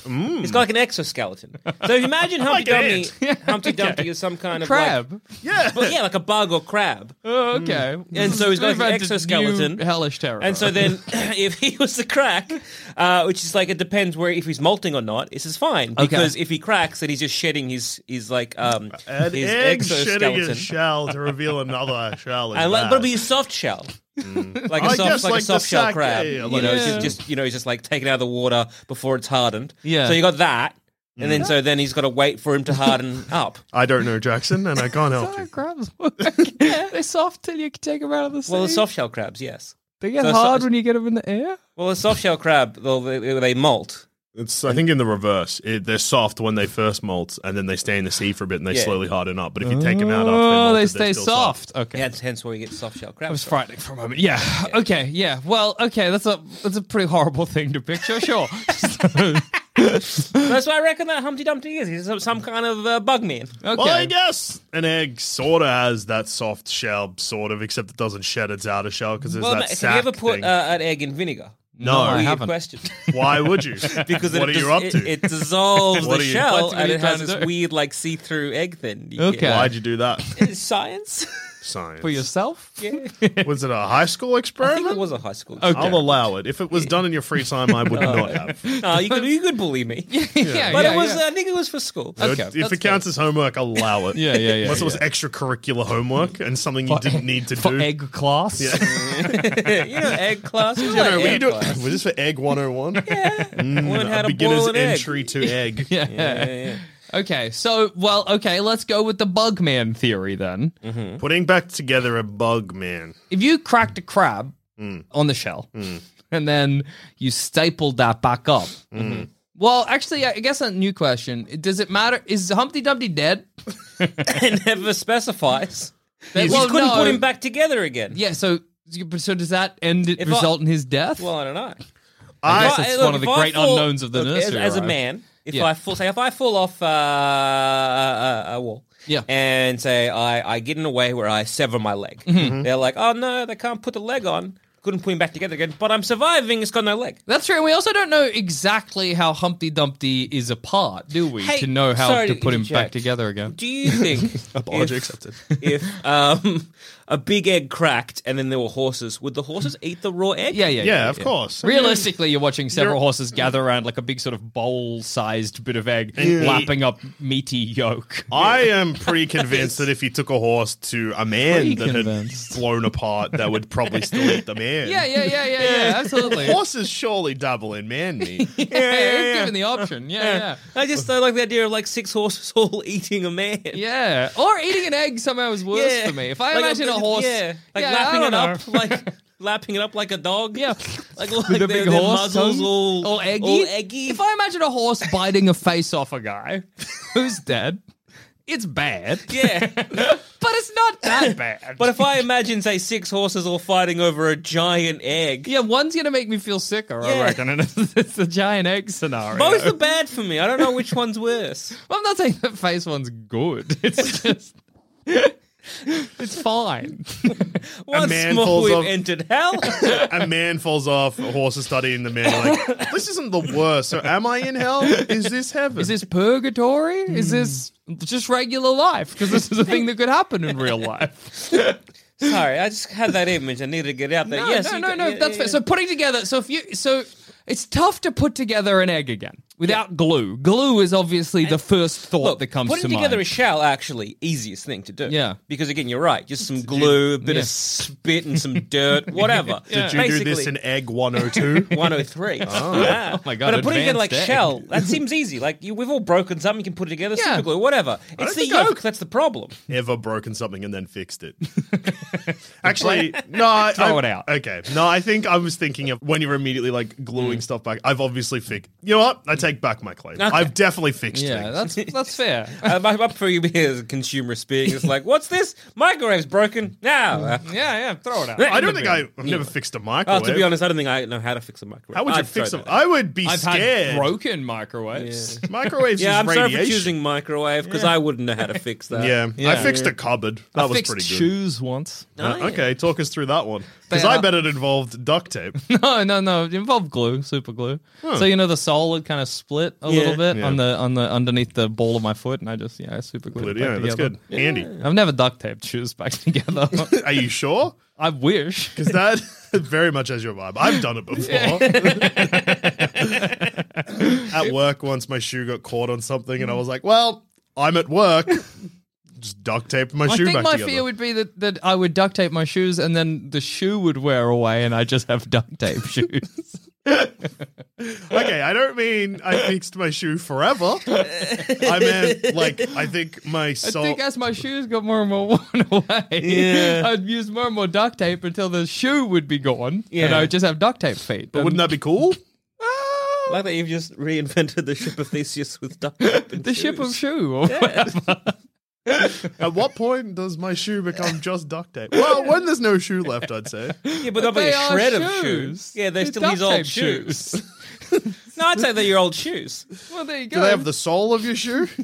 Speaker 5: It's got like an exoskeleton. So if you imagine Humpty
Speaker 3: like
Speaker 5: Dumpty, Humpty Dumpty is some kind of like-
Speaker 4: Crab.
Speaker 3: Yeah.
Speaker 5: Well, yeah, like a bug or crab.
Speaker 4: Oh, okay.
Speaker 5: And so he's got
Speaker 4: We've
Speaker 5: an
Speaker 4: had this new
Speaker 5: exoskeleton.
Speaker 4: Hellish terror.
Speaker 5: And so then, if he was to crack, uh, which is like it depends where if he's molting or not, this is fine because if he cracks, then he's just shedding his his like um
Speaker 3: An
Speaker 5: his
Speaker 3: egg shedding
Speaker 5: exoskeleton.
Speaker 3: his shell to reveal another shell. Is
Speaker 5: And like, but it'll
Speaker 3: bad.
Speaker 5: be a soft shell, like a
Speaker 3: I
Speaker 5: soft,
Speaker 3: guess
Speaker 5: like,
Speaker 3: like
Speaker 5: a
Speaker 3: the
Speaker 5: soft shell
Speaker 3: sack,
Speaker 5: crab.
Speaker 3: yeah, yeah,
Speaker 5: you
Speaker 3: like-
Speaker 5: know,
Speaker 4: Yeah.
Speaker 5: just, just you know, he's just like taken out of the water before it's hardened.
Speaker 4: Yeah.
Speaker 5: So you got that, and
Speaker 3: Mm.
Speaker 5: then so then he's got to wait for him to harden up.
Speaker 3: I don't know Jackson, and I can't help
Speaker 4: That's how
Speaker 3: you.
Speaker 4: crabs work. They're soft till you take them out of the sea.
Speaker 5: Well, the soft shell crabs, yes.
Speaker 4: they get
Speaker 5: so-
Speaker 4: hard
Speaker 5: so-
Speaker 4: when you get them in the air.
Speaker 5: Well, the soft shell crab, well, they, they molt.
Speaker 3: It's I think in the reverse. It, they're soft when they first molt, and then they stay in the sea for a bit, and they
Speaker 5: Yeah.
Speaker 3: slowly harden up. But if you take them out, after
Speaker 4: Oh,
Speaker 3: molted,
Speaker 4: they
Speaker 3: they're
Speaker 4: stay
Speaker 3: still
Speaker 4: soft. Okay.
Speaker 5: Yeah, hence where we get soft shell crabs.
Speaker 4: I was
Speaker 5: from.
Speaker 4: frightening for a moment. Yeah. Okay. Yeah. Well. Okay. That's a that's a pretty horrible thing to picture. Sure.
Speaker 5: That's what I reckon that Humpty Dumpty is. He's some, some kind of uh, bug man.
Speaker 4: Okay.
Speaker 3: Well, I guess an egg sort of has that soft shell, sort of, except it doesn't shed its outer shell because there's
Speaker 5: Well,
Speaker 3: that
Speaker 5: mate, have you
Speaker 3: sack
Speaker 5: ever put
Speaker 3: thing.
Speaker 5: uh, an egg in vinegar?
Speaker 3: No, I
Speaker 5: Weird
Speaker 4: haven't.
Speaker 5: question.
Speaker 3: Why would you?
Speaker 5: Because
Speaker 3: what
Speaker 5: it,
Speaker 3: are
Speaker 5: dis-
Speaker 3: you up
Speaker 5: it-
Speaker 3: to?
Speaker 5: It, dissolves
Speaker 3: What
Speaker 5: the
Speaker 3: are you-
Speaker 5: shell
Speaker 4: What are
Speaker 5: and
Speaker 4: you
Speaker 5: it has
Speaker 4: trying to
Speaker 5: this
Speaker 4: do?
Speaker 5: weird, like, see-through egg thing. you
Speaker 4: Okay.
Speaker 5: get.
Speaker 3: Why'd you do that?
Speaker 5: It's science.
Speaker 3: Science.
Speaker 4: For yourself.
Speaker 5: yeah.
Speaker 3: Was it a high school
Speaker 5: I
Speaker 3: experiment?
Speaker 5: think it was a high school.
Speaker 4: Okay.
Speaker 3: I'll allow it. If it was done in your free time, I would not have.
Speaker 5: No, you could you could bully me.
Speaker 4: Yeah.
Speaker 5: But
Speaker 4: yeah,
Speaker 5: it was
Speaker 4: Yeah.
Speaker 5: I think it was for school.
Speaker 4: Okay,
Speaker 3: If- if
Speaker 4: that's
Speaker 3: it counts as homework, allow it.
Speaker 4: Yeah, yeah, yeah,
Speaker 3: Unless it was
Speaker 4: yeah.
Speaker 3: extracurricular homework and something you
Speaker 5: e-
Speaker 3: didn't need to
Speaker 4: for
Speaker 3: do.
Speaker 4: egg class.
Speaker 5: you know, egg class. You
Speaker 3: You know,
Speaker 5: know,
Speaker 3: when you
Speaker 5: egg
Speaker 3: do
Speaker 5: class.
Speaker 3: it, was this for egg 101? Yeah.
Speaker 5: Learn how
Speaker 3: Mm,
Speaker 5: to
Speaker 3: beginner's
Speaker 5: boil an egg.
Speaker 3: entry to egg.
Speaker 4: Yeah. Okay. So well. Okay. Let's go with the bug man theory then.
Speaker 3: Putting back together a bug, man.
Speaker 4: If you cracked a crab on the shell and then you stapled that back up. Well, actually, I guess a new question. Does it matter? Is Humpty Dumpty dead?
Speaker 5: it never specifies.
Speaker 4: That-
Speaker 5: You
Speaker 4: well,
Speaker 5: couldn't
Speaker 4: no.
Speaker 5: put him back together again.
Speaker 4: Yeah, so so does that end it
Speaker 5: If I-
Speaker 4: result in his death?
Speaker 5: Well, I don't know.
Speaker 3: I-
Speaker 4: guess it's one of the
Speaker 5: if I
Speaker 4: great unknowns of the
Speaker 5: look,
Speaker 4: nursery
Speaker 5: As, as a
Speaker 4: rhyme.
Speaker 5: man, if
Speaker 4: Yeah.
Speaker 5: I fall, say if I fall off uh, a, a- a wall,
Speaker 4: Yeah. Mm-hmm.
Speaker 5: and say I, I get in a way where I sever my leg, they're like, oh no, they can't put the leg on couldn't put him back together again. But I'm surviving. It's got no leg.
Speaker 4: That's true. And we also don't know exactly how Humpty Dumpty is apart, do we?
Speaker 5: Hey,
Speaker 4: to know how
Speaker 5: sorry
Speaker 4: to
Speaker 5: to
Speaker 4: put him back
Speaker 5: interject.
Speaker 4: together again.
Speaker 5: Do you think
Speaker 3: Apology
Speaker 5: if-
Speaker 3: accepted.
Speaker 5: if um, a big egg cracked and then there were horses, would the horses eat the raw egg?
Speaker 4: Yeah, yeah,
Speaker 3: Yeah, of course.
Speaker 4: Realistically, you're watching several
Speaker 5: You're-
Speaker 4: horses gather around like a big sort of bowl-sized bit of egg,
Speaker 3: Yeah.
Speaker 4: lapping up meaty yolk.
Speaker 3: I am pretty convinced that if you took a horse to a man that had
Speaker 4: Pre-convinced.
Speaker 3: blown apart, that would probably still eat the man.
Speaker 4: Yeah, yeah, yeah, yeah, yeah, absolutely.
Speaker 3: Horses surely double in man meat.
Speaker 4: yeah, yeah, Given the option, yeah,
Speaker 5: I just I like the idea of like six horses all eating a man.
Speaker 4: yeah, yeah. Or eating an egg somehow is worse
Speaker 5: Yeah.
Speaker 4: for me. If I
Speaker 5: Like,
Speaker 4: imagine a
Speaker 5: like,
Speaker 4: horse,
Speaker 5: yeah, like
Speaker 4: Yeah, I
Speaker 5: lapping it
Speaker 4: don't
Speaker 5: up,
Speaker 4: know.
Speaker 5: like lapping it up like a dog.
Speaker 4: Yeah.
Speaker 5: like, like their,
Speaker 4: big
Speaker 5: their
Speaker 4: horse
Speaker 5: muzzles
Speaker 4: tongue?
Speaker 5: all,
Speaker 4: all eggy.
Speaker 5: all eggy.
Speaker 4: If I imagine a horse biting a face off a guy who's dead, it's bad.
Speaker 5: yeah.
Speaker 4: but it's not that bad.
Speaker 5: But if I imagine, say, six horses all fighting over a giant egg,
Speaker 4: yeah, one's gonna make me feel sicker, I
Speaker 5: Yeah.
Speaker 4: reckon, and it's the giant egg scenario.
Speaker 5: both are bad for me. I don't know which one's worse.
Speaker 4: I'm not saying that face one's good. It's just. It's fine.
Speaker 5: Once
Speaker 3: man
Speaker 5: more,
Speaker 3: falls
Speaker 5: we've
Speaker 3: off-
Speaker 5: entered hell.
Speaker 3: a man falls off, a horse is studying the man. Like, this isn't the worst. So, am I in hell? Is this heaven?
Speaker 4: Is this purgatory? Is
Speaker 5: Hmm.
Speaker 4: this just regular life? Because this is a thing that could happen in real life.
Speaker 5: Sorry, I just had that image. I needed to get out there.
Speaker 4: No,
Speaker 5: yes,
Speaker 4: no,
Speaker 5: you
Speaker 4: no,
Speaker 5: got-
Speaker 4: no.
Speaker 5: yeah,
Speaker 4: that's
Speaker 5: yeah,
Speaker 4: fair. So putting together. So if you, so it's tough to put together an egg again without glue. Glue is obviously the first thought
Speaker 5: Look,
Speaker 4: that comes
Speaker 5: putting
Speaker 4: to
Speaker 5: together
Speaker 4: mind.
Speaker 5: a shell actually easiest thing to do.
Speaker 4: Yeah.
Speaker 5: because again, you're right. Just some glue, a bit
Speaker 4: yeah.
Speaker 5: of spit, and some dirt, whatever.
Speaker 3: Did you do this in Egg 102?
Speaker 5: 103. Oh.
Speaker 4: Oh my God,
Speaker 5: But putting together like
Speaker 4: advanced egg.
Speaker 5: shell, that seems easy. Like you, we've all broken something, you can put it together,
Speaker 4: Yeah.
Speaker 5: super glue, whatever. It's the
Speaker 3: think I've-
Speaker 5: yolk that's the problem.
Speaker 3: Ever broken something and then fixed it? Actually, no. I,
Speaker 4: Throw
Speaker 3: I-
Speaker 4: it out.
Speaker 3: Okay. No, I think I was thinking of when you were immediately like gluing stuff back. I've obviously fixed. You know what? I take back my claim. I've definitely fixed
Speaker 4: yeah,
Speaker 3: things.
Speaker 4: that's that's fair.
Speaker 5: I'm I'm up for you being as a consumer speaking. It's like, what's this? Microwave's broken. Now.
Speaker 4: Mm, Yeah, yeah. Throw it out.
Speaker 3: I don't think I, I've never fixed a
Speaker 5: Oh,
Speaker 3: microwave.
Speaker 5: to be honest, I don't think I know how to fix a microwave.
Speaker 3: how would you
Speaker 5: I'd
Speaker 3: fix
Speaker 5: throw
Speaker 3: them?
Speaker 5: that out.
Speaker 3: I would be
Speaker 4: I've
Speaker 3: scared.
Speaker 4: had broken microwaves.
Speaker 3: Microwaves
Speaker 5: Yeah,
Speaker 3: is
Speaker 5: I'm
Speaker 3: radiation.
Speaker 5: sorry for choosing microwave because I wouldn't know how to fix that.
Speaker 3: Yeah. I
Speaker 4: Yeah.
Speaker 3: fixed a cupboard. That
Speaker 4: I
Speaker 3: was
Speaker 4: fixed
Speaker 3: pretty good.
Speaker 4: shoes once.
Speaker 3: Uh, okay, talk us through that one. Because
Speaker 4: They
Speaker 3: I
Speaker 4: are-
Speaker 3: bet it involved duct tape.
Speaker 4: No, no, no. It involved glue, super glue. So you know the sole would kind of split a little bit
Speaker 3: Yeah.
Speaker 4: on the on the underneath the ball of my foot, and I just yeah, I super glued it back
Speaker 3: yeah, that's
Speaker 4: together.
Speaker 3: good. Andy,
Speaker 4: I've never duct taped shoes back together.
Speaker 3: are you sure?
Speaker 4: I wish.
Speaker 3: Because that very much has your vibe. I've done it before. at work, once my shoe got caught on something, and I was like, well, I'm at work. Just duct taped my
Speaker 4: I
Speaker 3: shoe
Speaker 4: think
Speaker 3: back
Speaker 4: my
Speaker 3: together.
Speaker 4: fear would be that, that I would duct tape my shoes and then the shoe would wear away and I just have duct tape shoes.
Speaker 3: okay, I don't mean I fixed my shoe forever. I meant, like, I think my
Speaker 4: I
Speaker 3: soul.
Speaker 4: think as my shoes got more and more worn away, I'd use more and more duct tape until the shoe would be gone and
Speaker 5: Yeah.
Speaker 4: I would just have duct tape feet.
Speaker 3: but wouldn't that be cool? Ah!
Speaker 5: I like that you've just reinvented the ship of Theseus with duct tape and
Speaker 4: the ship of
Speaker 5: shoes.
Speaker 4: shoe or whatever.
Speaker 3: At what point does my shoe become just duct tape? Well, when there's no shoe left, I'd say.
Speaker 5: Yeah, but there'll be
Speaker 4: They
Speaker 5: a
Speaker 4: are
Speaker 5: shred of
Speaker 4: shoes.
Speaker 5: shoes. Yeah, they're
Speaker 4: They're
Speaker 5: still these
Speaker 4: duct
Speaker 5: old
Speaker 4: tape
Speaker 5: shoes. no, I'd say they're your old shoes.
Speaker 4: Well, there you go.
Speaker 3: Do they have the sole of your shoe?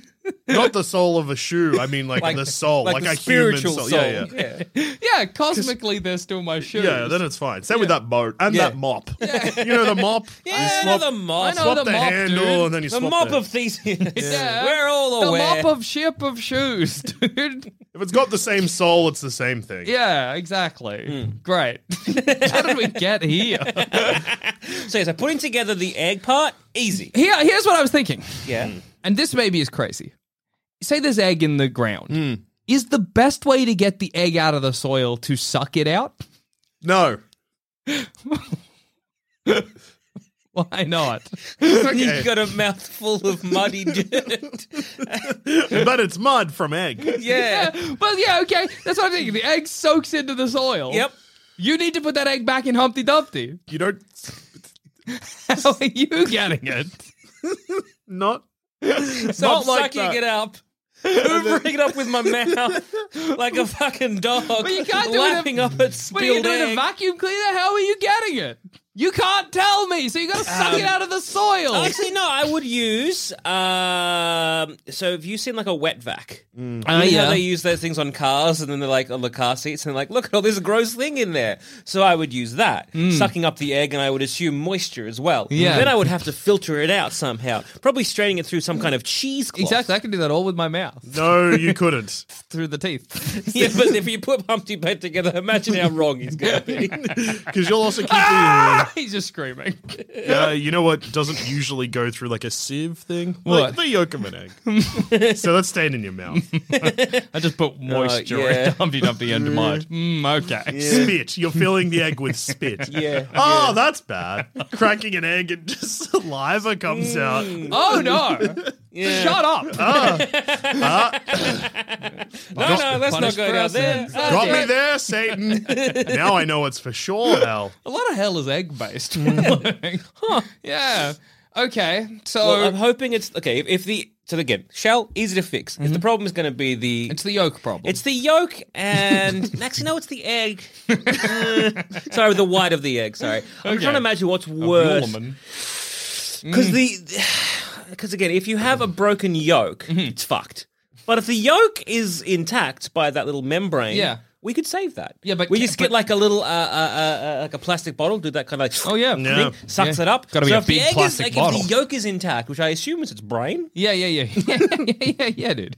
Speaker 3: Not the sole of a shoe. I mean, like, the soul, like,
Speaker 5: the
Speaker 3: a
Speaker 5: spiritual
Speaker 3: human soul.
Speaker 5: soul.
Speaker 3: Yeah, yeah.
Speaker 4: yeah, cosmically, they're still my shoes.
Speaker 3: Yeah, then it's fine. Same with that boat and
Speaker 5: Yeah.
Speaker 3: that mop. You know the mop.
Speaker 5: Yeah,
Speaker 3: you
Speaker 5: I know
Speaker 3: swap,
Speaker 5: the mop.
Speaker 4: I know
Speaker 3: swap
Speaker 4: the
Speaker 3: the,
Speaker 4: mop,
Speaker 3: handle
Speaker 4: dude.
Speaker 3: and then you
Speaker 5: The
Speaker 3: swap
Speaker 5: mop
Speaker 3: the-
Speaker 5: of Theseus.
Speaker 4: Yeah.
Speaker 5: We're all
Speaker 4: the
Speaker 5: aware.
Speaker 4: mop of ship of shoes, dude.
Speaker 3: If it's got the same soul, it's the same thing.
Speaker 4: Yeah, exactly. Great. How did we get here?
Speaker 5: So, yeah, so putting together the egg part, easy.
Speaker 4: here? Here's what I was thinking,
Speaker 5: Yeah.
Speaker 4: and this maybe is crazy. Say there's egg in the ground.
Speaker 5: Hmm.
Speaker 4: Is the best way to get the egg out of the soil to suck it out?
Speaker 3: No.
Speaker 4: Why not?
Speaker 5: You've got a mouthful of muddy dirt.
Speaker 3: But it's mud from egg.
Speaker 5: Yeah.
Speaker 4: Well, yeah, okay. That's what I'm thinking. The egg soaks into the
Speaker 3: Oh,
Speaker 4: soil.
Speaker 5: Yep.
Speaker 4: You need to put that egg back in Humpty Dumpty.
Speaker 3: You don't.
Speaker 4: How are you getting it?
Speaker 3: Not.
Speaker 5: So
Speaker 3: Not
Speaker 5: I'm
Speaker 3: like
Speaker 5: sucking
Speaker 3: that.
Speaker 5: it up, hoovering it up with my mouth like a fucking dog,
Speaker 4: But you can't do it in a-
Speaker 5: lapping up its
Speaker 4: What are you
Speaker 5: spilled
Speaker 4: doing? A
Speaker 5: egg.
Speaker 4: vacuum cleaner? How are you getting it? You can't tell me, so you got to suck
Speaker 5: Um,
Speaker 4: it out of the soil.
Speaker 5: Actually, no. I would use. Um, so if you seen like a wet vac, you
Speaker 4: Ah,
Speaker 5: know
Speaker 4: yeah.
Speaker 5: how they use those things on cars, and then they're like on the car seats, and they're like, look at all this gross thing in there. So I would use that, sucking up the egg, and I would assume moisture as well.
Speaker 4: Hmm. Yeah.
Speaker 5: Then I would have to filter it out somehow, probably straining it through some kind of cheesecloth.
Speaker 4: Exactly, I can do that all with my mouth
Speaker 3: No, you couldn't.
Speaker 4: through the teeth.
Speaker 5: yeah, but if you put Humpty back together, imagine how wrong he's going to be.
Speaker 3: Because you'll also keep
Speaker 4: He's just screaming.
Speaker 3: the. Uh, you know what doesn't usually go through like a sieve thing? Like
Speaker 4: What?
Speaker 3: the yolk of an egg. so that's staying in your mouth.
Speaker 4: I just put moisture
Speaker 5: Uh, yeah.
Speaker 4: in Humpty Dumpty under mine. Mm, okay.
Speaker 3: Spit. You're filling the egg with spit.
Speaker 5: Yeah.
Speaker 3: Oh, that's bad. Cracking an egg and just saliva comes
Speaker 5: Mm.
Speaker 3: out.
Speaker 4: Oh no! Shut up!
Speaker 3: Ah.
Speaker 5: No, no, let's not
Speaker 4: Punished
Speaker 5: go down there.
Speaker 4: person.
Speaker 5: Ah,
Speaker 3: Got
Speaker 5: yeah.
Speaker 3: me there, Satan. now I know it's for sure hell.
Speaker 4: A lot of hell is egg based. Yeah. Okay. So
Speaker 5: Well, I'm hoping it's okay. If, if the so again, shell easy to fix. If the problem is going to be the
Speaker 4: Mm-hmm. it's the yolk problem.
Speaker 5: It's the yolk and actually no, it's the egg. Uh, sorry, the white of the egg. Sorry, I'm
Speaker 4: Okay.
Speaker 5: trying to imagine what's worse
Speaker 4: Norman.
Speaker 5: because
Speaker 4: Mm.
Speaker 5: the because again, if you have a broken yolk,
Speaker 4: Mm-hmm.
Speaker 5: it's fucked. But if the yolk is intact by that little membrane,
Speaker 4: Yeah.
Speaker 5: we could save that.
Speaker 4: Yeah, but
Speaker 5: we
Speaker 4: ca-
Speaker 5: just get
Speaker 4: but-
Speaker 5: like a little uh, uh, uh, uh, like a plastic bottle, do that kind of like
Speaker 4: Oh yeah.
Speaker 3: Yeah.
Speaker 5: thing, sucks
Speaker 4: Yeah.
Speaker 5: it up.
Speaker 4: Gotta be
Speaker 5: so
Speaker 4: a
Speaker 5: if
Speaker 4: big
Speaker 5: the egg is
Speaker 4: plastic
Speaker 5: like
Speaker 4: bottle.
Speaker 5: if the yolk is intact, which I assume is its brain.
Speaker 4: Yeah, yeah, yeah. yeah, yeah, yeah, yeah, dude.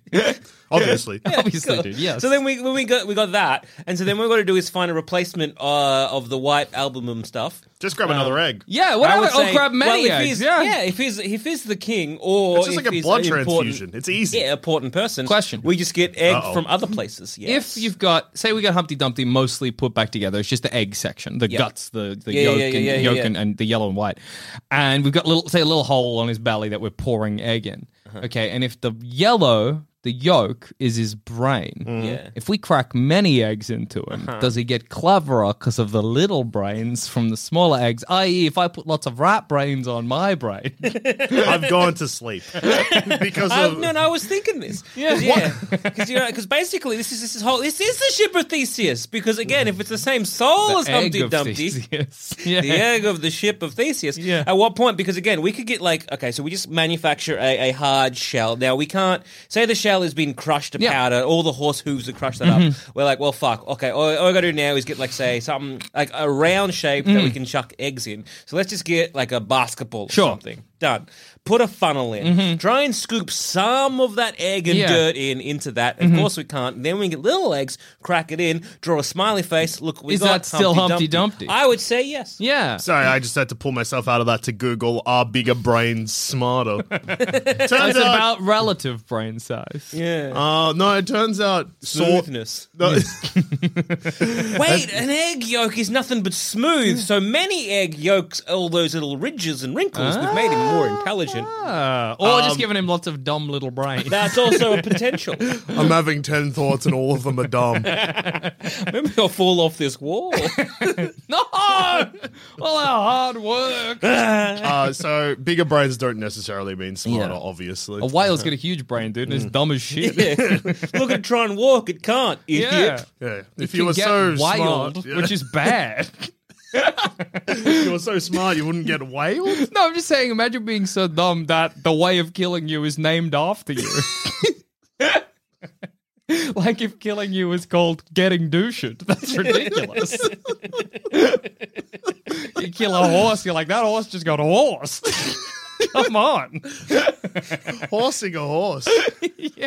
Speaker 3: Obviously.
Speaker 4: Obviously, dude. Yes.
Speaker 5: So then we when we got we got that, and so then what we've got to do is find a replacement uh, of the white albumum stuff.
Speaker 3: Just grab another egg.
Speaker 4: yeah, what
Speaker 5: I
Speaker 4: I
Speaker 5: would
Speaker 4: would
Speaker 5: say-
Speaker 4: I'll grab many
Speaker 5: well, if
Speaker 4: eggs.
Speaker 5: he's-
Speaker 4: Yeah.
Speaker 5: if he's if he's the king or
Speaker 3: It's just
Speaker 5: if
Speaker 3: like a
Speaker 5: he's
Speaker 3: blood
Speaker 5: an important-
Speaker 3: transfusion. It's easy.
Speaker 5: Yeah, important person.
Speaker 4: Question.
Speaker 5: We just get egg
Speaker 3: Uh-oh.
Speaker 5: from other places. Yes.
Speaker 4: If you've got, say, we got Humpty Dumpty mostly put back together, it's just the egg section, the
Speaker 5: Yeah.
Speaker 4: guts, the, the
Speaker 5: Yeah, yeah,
Speaker 4: yolk,
Speaker 5: yeah,
Speaker 4: and,
Speaker 5: yeah, yeah,
Speaker 4: yolk
Speaker 5: yeah.
Speaker 4: And, and the yellow and white, and we've got little, say, a little hole on his belly that we're pouring egg in.
Speaker 5: Uh-huh.
Speaker 4: Okay, and if the yellow, the yolk, is his brain,
Speaker 5: Yeah.
Speaker 4: if we crack many eggs into him,
Speaker 5: Uh-huh.
Speaker 4: does he get cleverer because of the little brains from the smaller eggs? I.e., if I put lots of rat brains on my brain,
Speaker 3: I've gone to sleep because
Speaker 5: I,
Speaker 3: of
Speaker 5: Um, no, no, I was thinking this. Yeah, because you know, because basically this is this is whole this is the ship of Theseus. Because again, if it's the same soul as
Speaker 4: The
Speaker 5: Humpty
Speaker 4: egg of
Speaker 5: Dumpty,
Speaker 4: Theseus. Yeah.
Speaker 5: the egg of the ship of Theseus.
Speaker 4: Yeah.
Speaker 5: At what point? Because again, we could get like okay, so we just manufacture a, a hard shell. Now we can't say the shell has been crushed to
Speaker 4: Yeah. Mm-hmm.
Speaker 5: powder. All the horse hooves have crushed that up. We're like, well, fuck. Okay, all, all I got to do now is get like say something like a round shape that we can chuck eggs in. So let's just get like a basketball or
Speaker 4: Mm-hmm. Sure. Mm-hmm.
Speaker 5: something. Done. Put a funnel in. Try and scoop some of that egg and
Speaker 4: Yeah. Mm-hmm.
Speaker 5: dirt in into that. Of course we can't. Then we can get little eggs, crack it in, draw a smiley face. Look, we
Speaker 4: Is
Speaker 5: got
Speaker 4: that still Humpty Dumpty?
Speaker 5: I would say yes.
Speaker 4: yeah.
Speaker 3: Sorry, I just had to pull myself out of that to Google are bigger brains smarter. turns
Speaker 4: It's
Speaker 3: out,
Speaker 4: about relative brain size.
Speaker 5: Yeah.
Speaker 3: uh, no, it turns out sort.
Speaker 5: Smoothness.
Speaker 3: No,
Speaker 5: Wait, an egg yolk is nothing but smooth. So many egg yolks, all those little ridges and wrinkles, we've made him more intelligent.
Speaker 4: Ah, or just giving him lots of dumb little brains.
Speaker 5: That's also a potential.
Speaker 3: I'm having ten thoughts and all of them are dumb.
Speaker 5: Maybe I'll fall off this wall.
Speaker 4: no! All our hard work. A
Speaker 3: Uh, so bigger brains don't necessarily mean smarter,
Speaker 4: Yeah.
Speaker 3: obviously.
Speaker 4: whale's got a huge brain, dude, and it's dumb as shit.
Speaker 5: Look at try and walk. It can't. Idiot.
Speaker 4: Yeah.
Speaker 3: Yeah. If
Speaker 4: It
Speaker 3: you
Speaker 4: can
Speaker 3: were
Speaker 4: get
Speaker 3: so
Speaker 4: wild,
Speaker 3: smart, yeah,
Speaker 4: which is bad.
Speaker 3: if you were so smart, you wouldn't get whaled.
Speaker 4: no, I'm just saying, imagine being so dumb that the way of killing you is named after you. like if killing you is called getting douched. That's ridiculous. you kill a horse, you're like, that horse just got horsed. Come on.
Speaker 3: Horsing a horse,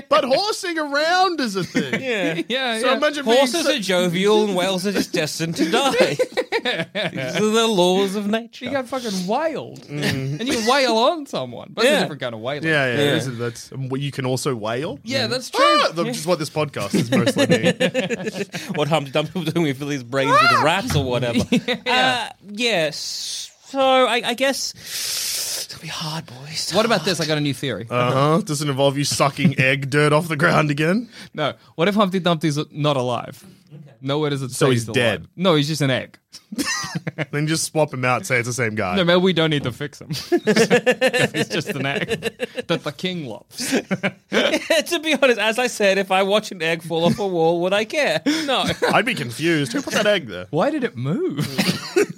Speaker 3: but horsing around is a thing.
Speaker 5: Yeah.
Speaker 4: Yeah,
Speaker 3: So
Speaker 4: yeah.
Speaker 3: imagine being
Speaker 5: Horses
Speaker 3: so-
Speaker 5: are jovial and whales are just destined to die. These are the laws of
Speaker 4: You
Speaker 5: nature.
Speaker 4: got fucking wailed. And you wail on someone. But that's
Speaker 5: Yeah.
Speaker 4: a different kind of wailing.
Speaker 3: Mm. Yeah, yeah.
Speaker 5: Yeah.
Speaker 3: Isn't that's um, you can also whale.
Speaker 4: Yeah, that's true.
Speaker 3: Ah, the- which is what this podcast is mostly. doing.
Speaker 5: What Humpty Dumpty was doing with these brains with rats or whatever. Uh, yes. So I, I guess it's gonna be hard, boys.
Speaker 4: What about this? I got a new theory.
Speaker 3: Uh huh. Doesn't involve you sucking egg dirt off the ground again.
Speaker 4: no. What if Humpty Dumpty's not alive? Nowhere does it
Speaker 3: So
Speaker 4: say
Speaker 3: he's dead.
Speaker 4: alive. No, he's just an egg.
Speaker 3: Then just swap him out. Say it's the same guy.
Speaker 4: No, maybe we don't need to fix him. he's just an egg that the king loves.
Speaker 5: to be honest, as I said, if I watch an egg fall off a wall, would I care? No.
Speaker 3: I'd be confused. Who put that egg there?
Speaker 4: Why did it move?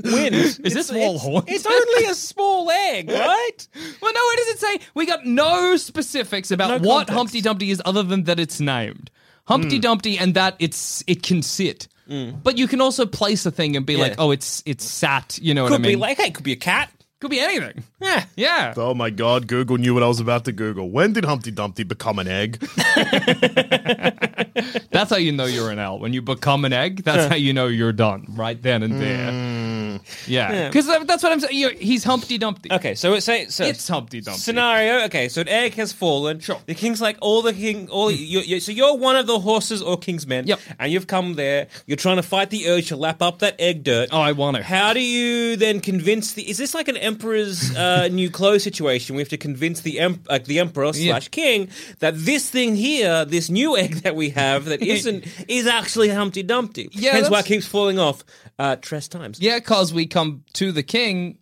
Speaker 5: wins.
Speaker 4: Is this Wallhorn?
Speaker 5: It's only a small egg, right?
Speaker 4: Well, no, it doesn't say. We got no specifics about
Speaker 5: No
Speaker 4: what
Speaker 5: context. Mm.
Speaker 4: Humpty Dumpty is, other than that it's named Humpty Dumpty, and that it's it can sit. But you can also place a thing and be like,
Speaker 5: Yeah.
Speaker 4: oh, it's it's sat. You know
Speaker 5: could
Speaker 4: what I mean?
Speaker 5: be like, hey, could be a cat.
Speaker 4: could be anything.
Speaker 5: Yeah.
Speaker 4: Yeah.
Speaker 3: Oh my god, Google knew what I was about to Google. When did Humpty Dumpty become an egg?
Speaker 4: That's how you know you're an L. When you become an egg, that's how you know you're done right then and there. Yeah,
Speaker 5: Mm. Yeah.
Speaker 4: because that's what I'm saying. You know, He's Humpty Dumpty.
Speaker 5: Okay, so it's say so
Speaker 4: It's Humpty Dumpty.
Speaker 5: scenario. Okay, so an egg has fallen. Sure. The king's like all the king, all you, you, so you're one of the horses or king's men.
Speaker 4: Hmm. Yep.
Speaker 5: And you've come there. You're trying to fight the urge to lap up that egg dirt.
Speaker 4: oh, I want to.
Speaker 5: How do you then convince the? Is this like an emperor's uh, new clothes situation? We have to convince the em- like the emperor
Speaker 4: Yeah.
Speaker 5: slash king that this thing here, this new egg that we have that isn't, is actually Humpty Dumpty.
Speaker 4: Yeah,
Speaker 5: hence why it
Speaker 4: that's-
Speaker 5: keeps falling off. Uh, Tress times.
Speaker 4: Yeah, because we come to the king.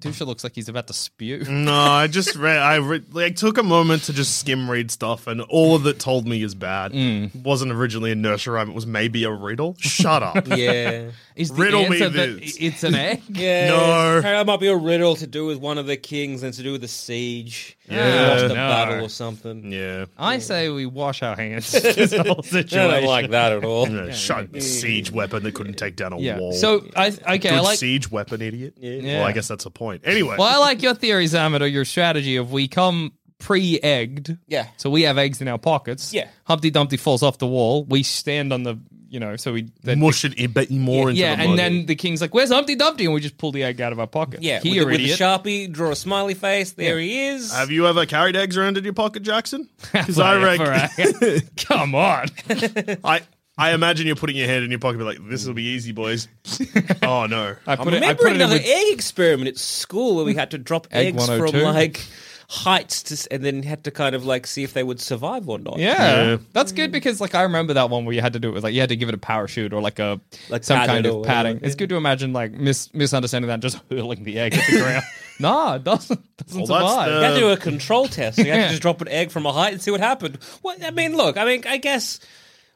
Speaker 4: Dusha looks like he's about to spew.
Speaker 5: Mm.
Speaker 3: no, I just read. I re- like took a moment to just skim read stuff, and all of it told me is bad. Wasn't originally a nursery rhyme. It was maybe a riddle. Shut up.
Speaker 5: Yeah.
Speaker 4: Is the
Speaker 3: Riddle me
Speaker 4: answer that
Speaker 3: this.
Speaker 4: it's an egg?
Speaker 5: Yeah,
Speaker 3: No.
Speaker 5: That might be a riddle to do with one of the kings and to do with the siege.
Speaker 3: Yeah,
Speaker 5: Lost a
Speaker 4: no.
Speaker 5: battle or something.
Speaker 3: Yeah.
Speaker 4: I say we wash our hands. this whole
Speaker 5: I don't
Speaker 4: situation.
Speaker 5: like that at all.
Speaker 3: Yeah, Shut siege weapon that couldn't take down a
Speaker 4: yeah.
Speaker 3: wall.
Speaker 4: So I okay,
Speaker 3: Good
Speaker 4: I like.
Speaker 3: siege weapon, idiot.
Speaker 5: Yeah.
Speaker 3: Well, I guess that's a point. Anyway,
Speaker 4: Well, I like your theory, Zamet, or your strategy of we come pre-egged.
Speaker 5: Yeah.
Speaker 4: So we have eggs in our pockets.
Speaker 5: Yeah.
Speaker 4: Humpty Dumpty falls off the wall. We stand on the, you know, so we then
Speaker 3: mush it a bit more into
Speaker 4: yeah,
Speaker 3: the
Speaker 4: and
Speaker 3: mud.
Speaker 4: then the king's like, "Where's Humpty Dumpty?" And we just pull the egg out of our pocket.
Speaker 5: Yeah,
Speaker 4: Here,
Speaker 5: with, the- with
Speaker 4: idiot.
Speaker 5: a sharpie, draw a smiley face. There he is.
Speaker 3: Have you ever carried eggs around in your pocket, Jackson? Because
Speaker 4: Play
Speaker 3: I
Speaker 4: it
Speaker 3: reckon.
Speaker 4: for a- Come on.
Speaker 3: I I imagine you're putting your hand in your pocket, and be like, "This will be easy, boys." oh no!
Speaker 4: I put it. I
Speaker 5: Remember
Speaker 4: put it in
Speaker 5: another
Speaker 4: with
Speaker 5: egg experiment at school where we had to drop
Speaker 4: Egg
Speaker 5: eggs from
Speaker 4: 102?
Speaker 5: like heights to, s- and then had to kind of like see if they would survive or not.
Speaker 4: Yeah.
Speaker 3: Yeah.
Speaker 4: that's good because like I remember that one where you had to do it with like you had to give it a parachute or like a
Speaker 5: Like
Speaker 4: some
Speaker 5: pat
Speaker 4: kind
Speaker 5: it
Speaker 4: of
Speaker 5: or
Speaker 4: padding.
Speaker 5: whatever,
Speaker 4: It's
Speaker 5: yeah.
Speaker 4: good to imagine like mis- misunderstanding that and just hurling the egg at the ground. nah, it doesn't doesn't
Speaker 3: Well, that's
Speaker 4: survive.
Speaker 5: You had to
Speaker 3: Uh,
Speaker 5: do a control test. You had
Speaker 4: Yeah.
Speaker 5: to just drop an egg from a height and see what happened. What I mean, look, I mean, I guess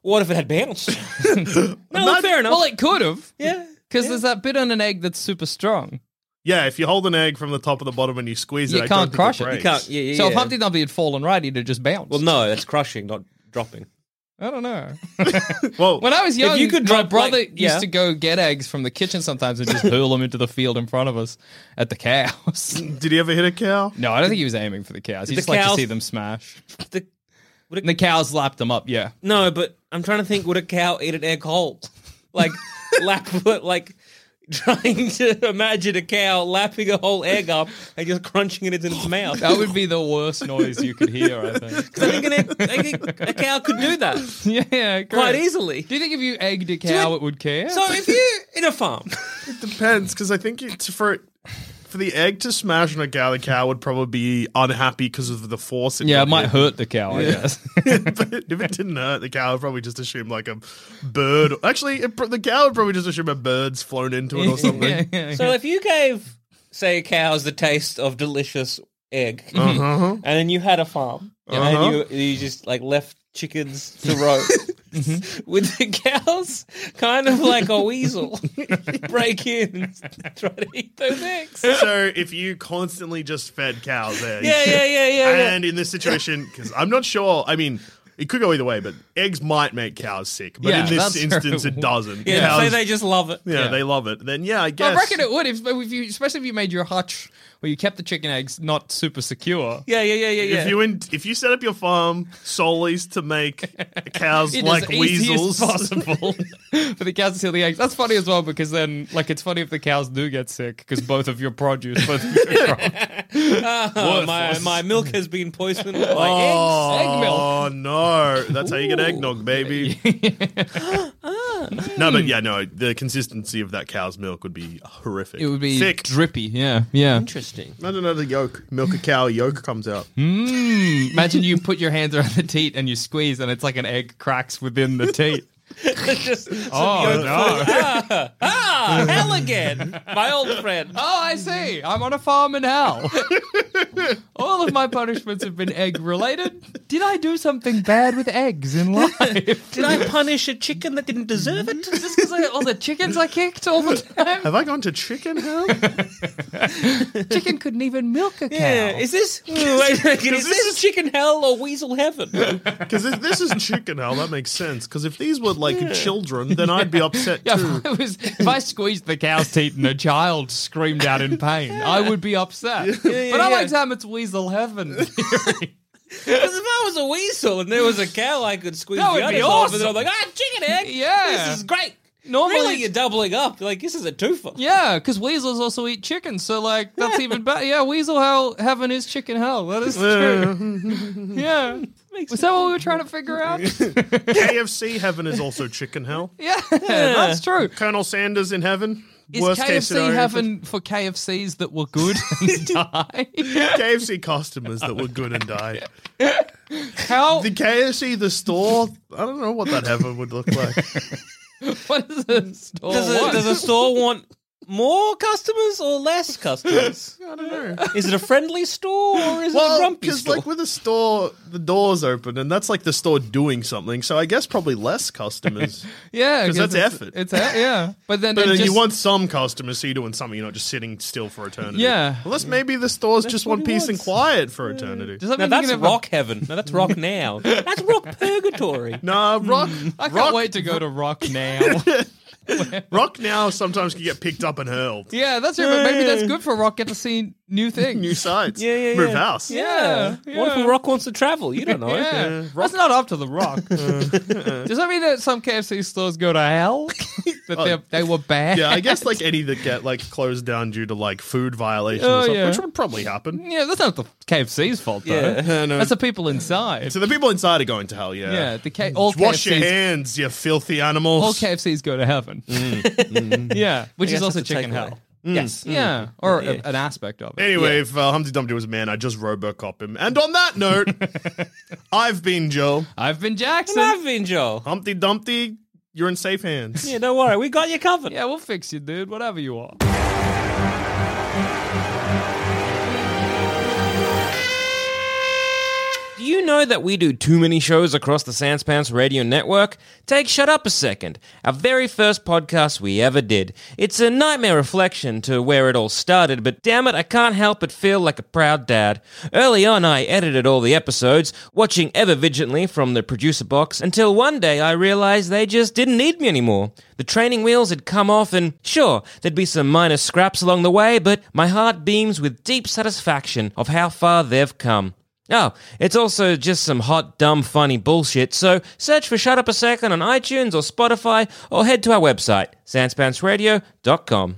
Speaker 5: what if it had bounced? no, fair enough.
Speaker 4: Well, it could have.
Speaker 5: Yeah,
Speaker 4: Because there's that bit on an egg that's super strong.
Speaker 3: Yeah, if you hold an egg from the top of the bottom and you squeeze it,
Speaker 4: You
Speaker 3: I
Speaker 4: can't
Speaker 3: don't think
Speaker 4: crush it. You
Speaker 3: breaks.
Speaker 5: can't. Yeah, yeah,
Speaker 4: so if
Speaker 5: yeah.
Speaker 4: Humpty Dumpty had fallen right, he'd have just bounced.
Speaker 5: Well, no, that's crushing, not dropping.
Speaker 4: I don't know.
Speaker 3: Well,
Speaker 4: When I was young,
Speaker 5: you could
Speaker 4: my
Speaker 5: drop,
Speaker 4: brother
Speaker 5: like-
Speaker 4: used
Speaker 5: yeah.
Speaker 4: to go get eggs from the kitchen sometimes and just hurl them into the field in front of us at the cows.
Speaker 3: did he ever hit a cow?
Speaker 4: No, I don't think he was aiming for the cows. He
Speaker 5: The
Speaker 4: just liked to
Speaker 5: cows-
Speaker 4: see them smash.
Speaker 5: The- would it-
Speaker 4: And the cows lapped them up, yeah.
Speaker 5: no, but I'm trying to think. Would a cow eat an egg whole? Like lap, like trying to imagine a cow lapping a whole egg up and just crunching it into its mouth.
Speaker 4: That would be the worst noise you could hear, I think.
Speaker 5: 'Cause I think, an egg, I think a cow could do that
Speaker 4: yeah, correct.
Speaker 5: quite easily.
Speaker 4: Do you think if you egged a cow,
Speaker 5: it-
Speaker 4: it would care?
Speaker 5: So if you in a farm,
Speaker 3: Depends, because I think it's for for the egg to smash on a cow, the cow would probably be unhappy because of the force.
Speaker 4: yeah, it
Speaker 3: got
Speaker 4: might
Speaker 3: hit.
Speaker 4: hurt the cow, I guess.
Speaker 3: but if it didn't hurt, the cow would probably just assume like a bird. Actually, it, pro- the cow would probably just assume a bird's flown into it or something.
Speaker 4: Yeah, yeah,
Speaker 5: so if you gave say cows the taste of delicious egg,
Speaker 3: Uh-huh.
Speaker 5: and then you had a farm, and you you just like left chickens to roast.
Speaker 3: Mm-hmm.
Speaker 5: With the cows, kind of like a weasel, break in and try to eat those eggs. Yeah,
Speaker 3: So if you constantly just fed cows eggs,
Speaker 5: yeah, yeah, yeah. yeah.
Speaker 3: and in this situation, because I'm not sure. I mean, it could go either way, but eggs might make cows sick. But
Speaker 4: Yeah,
Speaker 3: in this
Speaker 4: that's
Speaker 3: instance,
Speaker 4: true.
Speaker 3: it doesn't.
Speaker 5: yeah,
Speaker 3: Cows-
Speaker 5: Say they just love it.
Speaker 3: yeah, they love it. Then yeah, I guess.
Speaker 4: I reckon it would, if, if you, especially if you made your hutch where you kept the chicken eggs not super secure.
Speaker 5: Yeah, yeah, yeah, yeah. yeah.
Speaker 3: If you in, if you set up your farm solely to make cows
Speaker 4: It is
Speaker 3: like
Speaker 4: easy as
Speaker 3: weasels,
Speaker 4: possible for the cows to steal the eggs. That's funny as well because then, like, it's funny if the cows do get sick because both of your produce, both of your
Speaker 5: oh, my, my milk has been poisoned by eggs.
Speaker 4: egg milk.
Speaker 3: Oh no, that's how you get eggnog, baby. no, but yeah, no, the consistency of that cow's milk would be horrific.
Speaker 4: It would be
Speaker 3: thick.
Speaker 4: drippy. Yeah, yeah.
Speaker 5: Interesting.
Speaker 3: Imagine how the yolk, milk a cow, yolk comes out.
Speaker 4: Hmm? Imagine you put your hands around the teat and you squeeze, and it's like an egg cracks within the teat.
Speaker 5: It's just some
Speaker 4: Oh,
Speaker 5: young
Speaker 4: no.
Speaker 5: fool. Ah, ah, hell again. My old friend.
Speaker 4: Oh, I see. I'm on a farm in hell. All of my punishments have been egg related. Did I do something bad with eggs in life?
Speaker 5: Did I punish a chicken that didn't deserve it?
Speaker 4: Just because all the chickens I kicked all the time?
Speaker 3: Have I gone to chicken hell?
Speaker 4: Chicken couldn't even milk a cow.
Speaker 5: Yeah, is this wait a second, is
Speaker 3: this
Speaker 5: this chicken hell or weasel heaven?
Speaker 3: Because if this is chicken hell, that makes sense. Because if these were like children, then I'd be upset
Speaker 4: Yeah,
Speaker 3: too.
Speaker 4: if I, was, if I squeezed the cow's teeth and a child screamed out in pain, I would be upset. but I like Sam, it's Weasel Heaven.
Speaker 5: Because if I was a weasel and there was a cow, I could squeeze
Speaker 4: That
Speaker 5: the
Speaker 4: would be
Speaker 5: others off, and
Speaker 4: awesome.
Speaker 5: I'm like, ah, chicken egg.
Speaker 4: Yeah.
Speaker 5: this is great.
Speaker 4: Normally-
Speaker 5: really, you're doubling up. Like this is a twofer.
Speaker 4: yeah, because weasels also eat chicken, so like that's even better. Yeah, Weasel hell, Heaven is chicken hell. That is true. yeah. Was that what we were trying to figure out?
Speaker 3: KFC heaven is also chicken hell.
Speaker 4: Yeah, that's true.
Speaker 3: Colonel Sanders in heaven.
Speaker 4: Is
Speaker 3: worst case
Speaker 4: KFC
Speaker 3: scenario.
Speaker 4: heaven for KFCs that were good and die?
Speaker 3: KFC customers that were good and died.
Speaker 4: How?
Speaker 3: The KFC, the store. I don't know what that heaven would look like.
Speaker 4: What is this? Or
Speaker 5: Does a,
Speaker 4: what?
Speaker 5: does a store want more customers or less customers?
Speaker 3: I don't know.
Speaker 5: Is it a friendly store or is it a
Speaker 3: Well,
Speaker 5: grumpy
Speaker 3: because
Speaker 5: store?
Speaker 3: like with a store, the doors open, and that's like the store doing something. So I guess probably less customers.
Speaker 4: Yeah,
Speaker 3: 'Cause that's
Speaker 4: it's-
Speaker 3: effort.
Speaker 4: It's e- yeah, but then,
Speaker 3: But
Speaker 4: it
Speaker 3: then you
Speaker 4: just-
Speaker 3: want some customers, so you're doing something. You're not just sitting still for eternity.
Speaker 4: Yeah.
Speaker 3: Unless maybe the stores just want peace and quiet for eternity.
Speaker 4: Does that
Speaker 5: now
Speaker 4: mean you
Speaker 5: that's
Speaker 4: can have a-
Speaker 5: rock heaven. Now that's rock now. That's rock purgatory.
Speaker 3: Nah, rock.
Speaker 4: Hmm. I can't
Speaker 3: rock,
Speaker 4: wait to go to rock now.
Speaker 3: rock now sometimes can get picked up and hurled.
Speaker 4: yeah, that's true. But maybe that's good for rock. Get to see new things.
Speaker 3: New sites.
Speaker 5: Yeah, yeah,
Speaker 3: Move
Speaker 5: yeah.
Speaker 3: house.
Speaker 4: Yeah,
Speaker 5: What
Speaker 4: yeah.
Speaker 5: if a rock wants to travel? You don't know.
Speaker 4: yeah, that's not up to the rock. Does that mean that some KFC stores go to hell? that they they were bad.
Speaker 3: Yeah, I guess like any that get like closed down due to like food violations,
Speaker 4: Oh,
Speaker 3: or something,
Speaker 4: yeah.
Speaker 3: which would probably happen.
Speaker 4: Yeah, that's not the KFC's fault though.
Speaker 3: Yeah, no.
Speaker 4: That's the people inside.
Speaker 3: So the people inside are going to hell. Yeah.
Speaker 4: yeah, the K- all
Speaker 3: Wash your
Speaker 4: KFC's
Speaker 3: hands, you filthy animals.
Speaker 4: all KFCs go to heaven. yeah, which is
Speaker 5: guess
Speaker 4: also
Speaker 5: that's a
Speaker 4: chicken hell.
Speaker 5: takeaway. Mm, Yes.
Speaker 4: mm. Yeah, or a- an aspect of it.
Speaker 3: Anyway, if uh, Humpty Dumpty was a man, I'd just Robocop him. And on that note, I've been Joe.
Speaker 4: I've been
Speaker 5: And
Speaker 4: Jackson.
Speaker 5: I've been Joel.
Speaker 3: Humpty Dumpty, you're in safe hands.
Speaker 5: Yeah, don't worry. We got you covered.
Speaker 4: Yeah, we'll fix you, dude. Whatever you are.
Speaker 5: Do you know that we do too many shows across the Sanspants Radio Network? Take Shut Up a Second, our very first podcast we ever did. It's a nightmare reflection to where it all started, but damn it, I can't help but feel like a proud dad. Early on, I edited all the episodes, watching ever vigilantly from the producer box, until one day I realized they just didn't need me anymore. The training wheels had come off, and sure, there'd be some minor scraps along the way, but my heart beams with deep satisfaction of how far they've come. Oh, it's also just some hot, dumb, funny bullshit, so search for Shut Up a Second on iTunes or Spotify or head to our website, sanspantsradio.com.